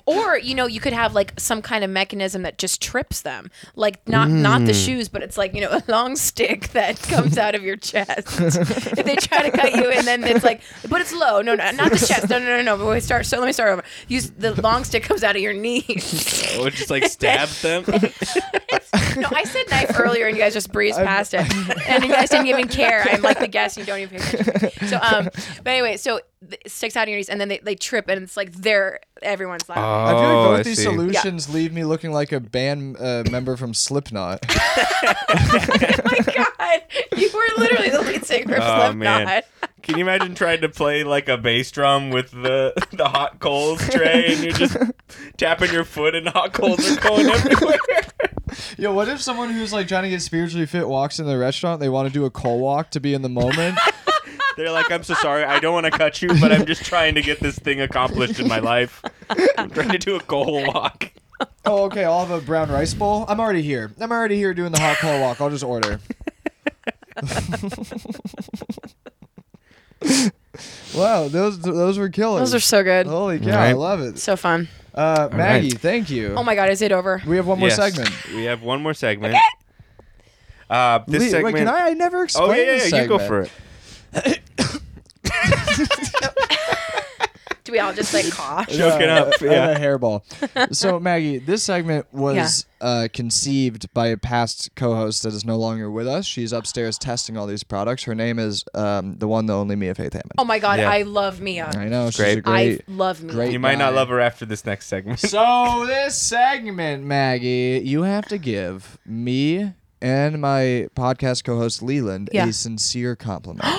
Speaker 6: Or you know, you could have like some kind of mechanism that just trips them, like not not the shoes, but it's like you know a long stick that comes out of your chest. if they try to cut you, and then it's like, but it's low. No, no, not the chest. No, no, no, no. But we start. So let me start over. Use the long stick comes out of your knee.
Speaker 8: Oh, just like stab them.
Speaker 6: no, I said knife earlier, and you guys just breezed past it, and you guys didn't even care. I'm like the guest, and you don't even pay attention. So um, but anyway, so it sticks out of your knees, and then they, they trip, and it's like they're everyone's laughing.
Speaker 7: I feel
Speaker 8: Oh,
Speaker 7: like both these solutions leave me looking like a band uh, member from Slipknot.
Speaker 6: God, you were literally the lead singer of
Speaker 8: Oh,
Speaker 6: Slipknot.
Speaker 8: man. Can you imagine trying to play like a bass drum with the the hot coals tray and you're just tapping your foot and hot coals are going everywhere?
Speaker 7: Yo, what if someone who's like trying to get spiritually fit walks in the restaurant? They want to do a cold walk to be in the moment.
Speaker 8: They're like, I'm so sorry, I don't want to cut you, but I'm just trying to get this thing accomplished in my life. I'm trying to do a goal walk.
Speaker 7: oh, okay. I'll have a brown rice bowl. I'm already here. I'm already here doing the hot cold walk. I'll just order. wow, those those were killers.
Speaker 6: Those are so good.
Speaker 7: Holy cow! I
Speaker 8: Right.
Speaker 7: love it.
Speaker 6: So fun.
Speaker 7: Uh, Maggie,
Speaker 8: right.
Speaker 7: thank you.
Speaker 6: Oh my God, is it over?
Speaker 7: we have one more
Speaker 8: Yes.
Speaker 7: segment.
Speaker 8: We have one more segment. Uh,
Speaker 7: Wait,
Speaker 8: this
Speaker 7: wait,
Speaker 8: segment.
Speaker 7: can I? I never explained.
Speaker 8: oh yeah, yeah,
Speaker 7: this
Speaker 8: you go
Speaker 7: segment.
Speaker 8: for it.
Speaker 6: Do we all just like cough?
Speaker 8: Choking
Speaker 7: Uh,
Speaker 8: up.
Speaker 7: I
Speaker 8: Yeah.
Speaker 7: had a hairball. so Maggie, this segment was uh, conceived by a past co-host that is no longer with us. She's upstairs testing all these products. Her name is um, the one, the only Mia Faith Hammond.
Speaker 6: Oh my God,
Speaker 8: Yeah.
Speaker 6: I love Mia.
Speaker 7: I know she's
Speaker 8: Great.
Speaker 7: a
Speaker 6: I
Speaker 7: great.
Speaker 6: love Mia.
Speaker 7: great-
Speaker 8: You might not
Speaker 7: guy.
Speaker 8: love her after this next segment.
Speaker 7: so this segment, Maggie, you have to give me and my podcast co-host Leland
Speaker 6: Yeah.
Speaker 7: a sincere compliment.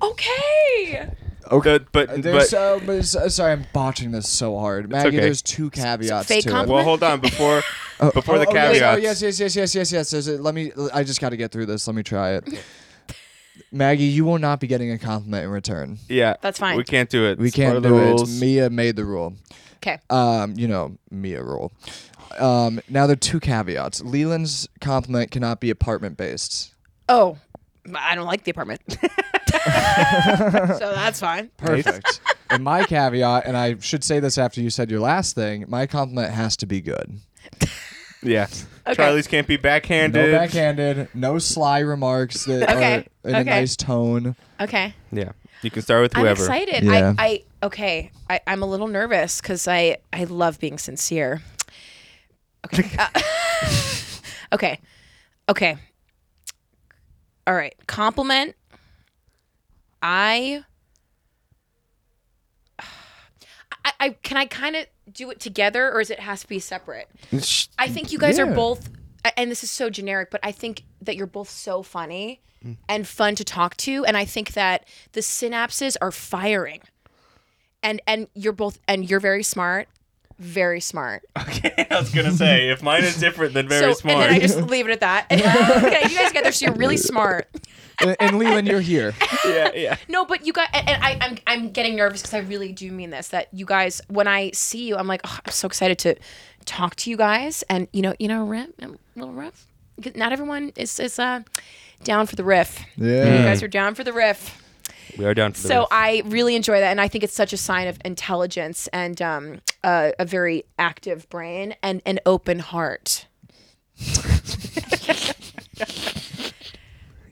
Speaker 6: Okay.
Speaker 8: Okay, but,
Speaker 7: There's
Speaker 8: but
Speaker 7: so, but so- sorry, I'm botching this so hard, Maggie.
Speaker 8: okay.
Speaker 7: There's two caveats
Speaker 6: fake
Speaker 7: to it.
Speaker 6: compliment?
Speaker 8: well, hold on before before the
Speaker 7: oh, yes,
Speaker 8: caveats.
Speaker 7: oh, yes, yes, yes, yes, yes, yes. There's a, let me. I just got to get through this. Let me try it. Maggie, you will not be getting a compliment in return.
Speaker 8: Yeah,
Speaker 6: That's fine.
Speaker 8: We can't do it.
Speaker 7: We
Speaker 8: It's part
Speaker 7: can't
Speaker 8: of the
Speaker 7: do it.
Speaker 8: rules.
Speaker 7: It's Mia made the rule.
Speaker 6: Okay.
Speaker 7: Um, you know, Mia rule. Um, now there are two caveats. Leland's compliment cannot be apartment based.
Speaker 6: Oh, I don't like the apartment. so that's fine.
Speaker 7: Perfect. and my caveat, and I should say this after you said your last thing. My compliment has to be good.
Speaker 8: Yeah, Charlie's can't be
Speaker 7: No
Speaker 8: backhanded.
Speaker 7: backhanded, no sly remarks that
Speaker 6: Okay,
Speaker 7: are in a
Speaker 6: okay.
Speaker 7: nice tone.
Speaker 6: Okay.
Speaker 8: Yeah, you can start with
Speaker 6: I'm
Speaker 8: whoever.
Speaker 6: excited.
Speaker 7: Yeah.
Speaker 6: I, I okay. I, I'm a little nervous because I I love being sincere. Okay. Uh, okay. Okay. All right. Compliment. I. I, I can I kind of do it together, or is it has to be separate? I think you guys
Speaker 7: Yeah.
Speaker 6: are both, and this is so generic, but I think that you're both so funny and fun to talk to. And I think that the synapses are firing. and and you're both and you're very smart, very smart.
Speaker 8: Okay, I was gonna say if mine is different than very
Speaker 6: so
Speaker 8: smart.
Speaker 6: and then I just leave it at that. okay, you guys get there. So you're really smart.
Speaker 7: And- and Leland, you're here.
Speaker 8: yeah, yeah.
Speaker 6: No, but you got and, and I, I'm I'm getting nervous because I really do mean this. That you guys, when I see you, I'm like, oh, I'm so excited to talk to you guys. And you know, you know, riff, a little riff. 'Cause Not everyone is is uh, down for the riff. You
Speaker 7: Yeah.
Speaker 6: guys are down for the riff.
Speaker 8: We are down for the
Speaker 6: So
Speaker 8: riff.
Speaker 6: I really enjoy that, and I think it's such a sign of intelligence and um, a, a very active brain and an open heart.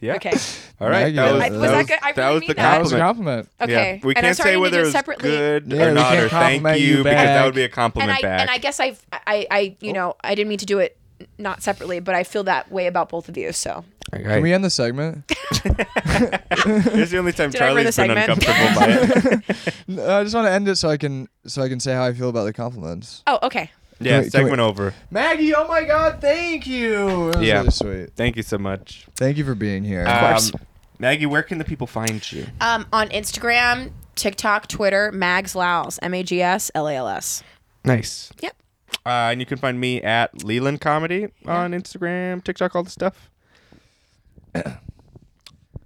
Speaker 8: yeah.
Speaker 6: Okay,
Speaker 8: All right.
Speaker 7: Now
Speaker 8: That
Speaker 7: you got it. I- was
Speaker 8: was,
Speaker 6: that good? I
Speaker 8: that
Speaker 6: really mean
Speaker 8: was the
Speaker 6: that.
Speaker 7: That was a
Speaker 8: compliment.
Speaker 7: compliment.
Speaker 6: okay.
Speaker 8: Yeah. We
Speaker 6: And
Speaker 8: can't
Speaker 6: I'm sorry I
Speaker 8: say
Speaker 6: didn't
Speaker 8: whether
Speaker 6: do
Speaker 8: it
Speaker 6: it
Speaker 8: was
Speaker 6: separately.
Speaker 8: good
Speaker 7: Yeah,
Speaker 8: or
Speaker 7: we
Speaker 8: not,
Speaker 7: can't
Speaker 8: or thank
Speaker 7: compliment you
Speaker 8: you, because that
Speaker 7: back.
Speaker 8: would be a compliment
Speaker 6: and I
Speaker 8: back.
Speaker 6: and I guess I've I I you know I didn't mean to do it n- not separately, but I feel that way about both of you. So
Speaker 7: Can we end the segment?
Speaker 8: This is the only time
Speaker 6: Did I ruin
Speaker 8: Charlie's
Speaker 6: the
Speaker 8: been
Speaker 6: segment?
Speaker 8: uncomfortable by it.
Speaker 7: No, uh, I just want to end it so I can so I can say how I feel about the compliments.
Speaker 6: oh okay.
Speaker 8: Yeah,
Speaker 7: Can we- can
Speaker 8: segment
Speaker 7: we-
Speaker 8: over.
Speaker 7: Maggie, oh my God, thank you. That was
Speaker 8: Yeah.
Speaker 7: really sweet.
Speaker 8: Thank you so much.
Speaker 7: Thank you for being here.
Speaker 8: Um, Maggie, where can the people find you?
Speaker 6: Um, on Instagram, TikTok, Twitter, Mags Lals, M A G S L A L S.
Speaker 8: Nice.
Speaker 6: Yep.
Speaker 8: Uh, and you can find me at Leland Comedy on Instagram, TikTok, all the stuff.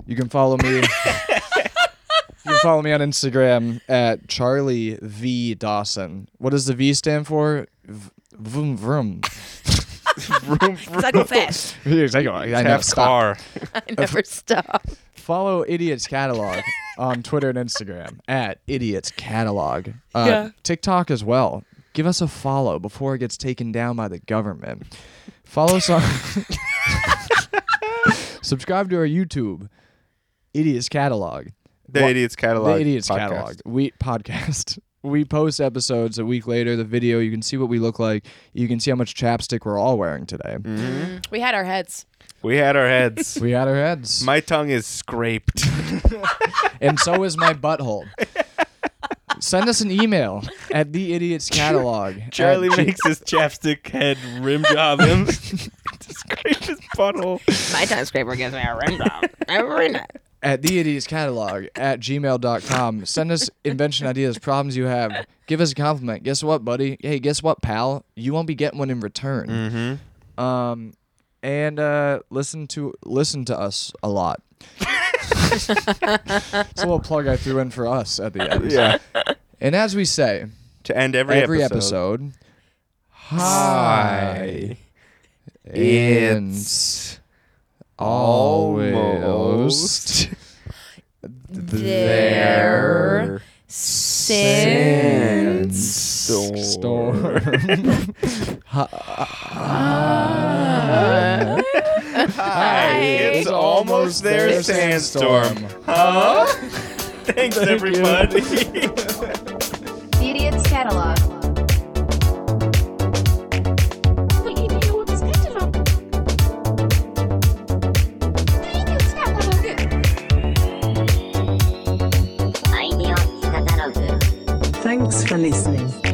Speaker 7: You can follow me. you can follow me on Instagram at Charlie V Dawson. What does the V stand for? V- vroom vroom.
Speaker 8: Room
Speaker 6: Cause I go fast.
Speaker 7: I
Speaker 8: Half star.
Speaker 6: I never stop.
Speaker 7: Follow Idiots Catalog on Twitter and Instagram at Idiots Catalog. Uh,
Speaker 6: Yeah.
Speaker 7: TikTok as well. Give us a follow before it gets taken down by the government. Follow us on. subscribe to our YouTube, Idiots Catalog.
Speaker 8: The
Speaker 7: Wha-
Speaker 8: Idiots Catalog.
Speaker 7: The Idiots
Speaker 8: podcast.
Speaker 7: Catalog. We podcast. We post episodes a week later. The video, you can see what we look like. You can see how much chapstick we're all wearing today.
Speaker 8: Mm-hmm.
Speaker 6: We had our heads.
Speaker 8: We had our heads.
Speaker 7: We had our heads,
Speaker 8: My tongue is scraped.
Speaker 7: and so is my butthole. Send us an email at the idiots catalog.
Speaker 8: Charlie makes his chapstick head rim job him. to scrape his butthole.
Speaker 4: My time scraper gives me a rim job every night.
Speaker 7: at the idiots catalog at gmail.com. Send us invention ideas, problems you have. Give us a compliment. Guess what, buddy? Hey, guess what, pal? You won't be getting one in return.
Speaker 8: Mm-hmm.
Speaker 7: Um, and uh, listen to listen to us a lot. it's a little plug I threw in for us at the end.
Speaker 8: Yeah.
Speaker 7: And as we say
Speaker 8: To end every,
Speaker 7: every
Speaker 8: episode.
Speaker 7: episode, hi, it's almost
Speaker 6: There. Since.
Speaker 7: storm.
Speaker 8: Hi, it's almost there, sandstorm. Huh? Thanks, everybody.
Speaker 2: The Idiot's Catalog. The Idiot's Catalog. The Idiot's Catalog.
Speaker 3: アイディオンカタログ
Speaker 5: Thanks for listening.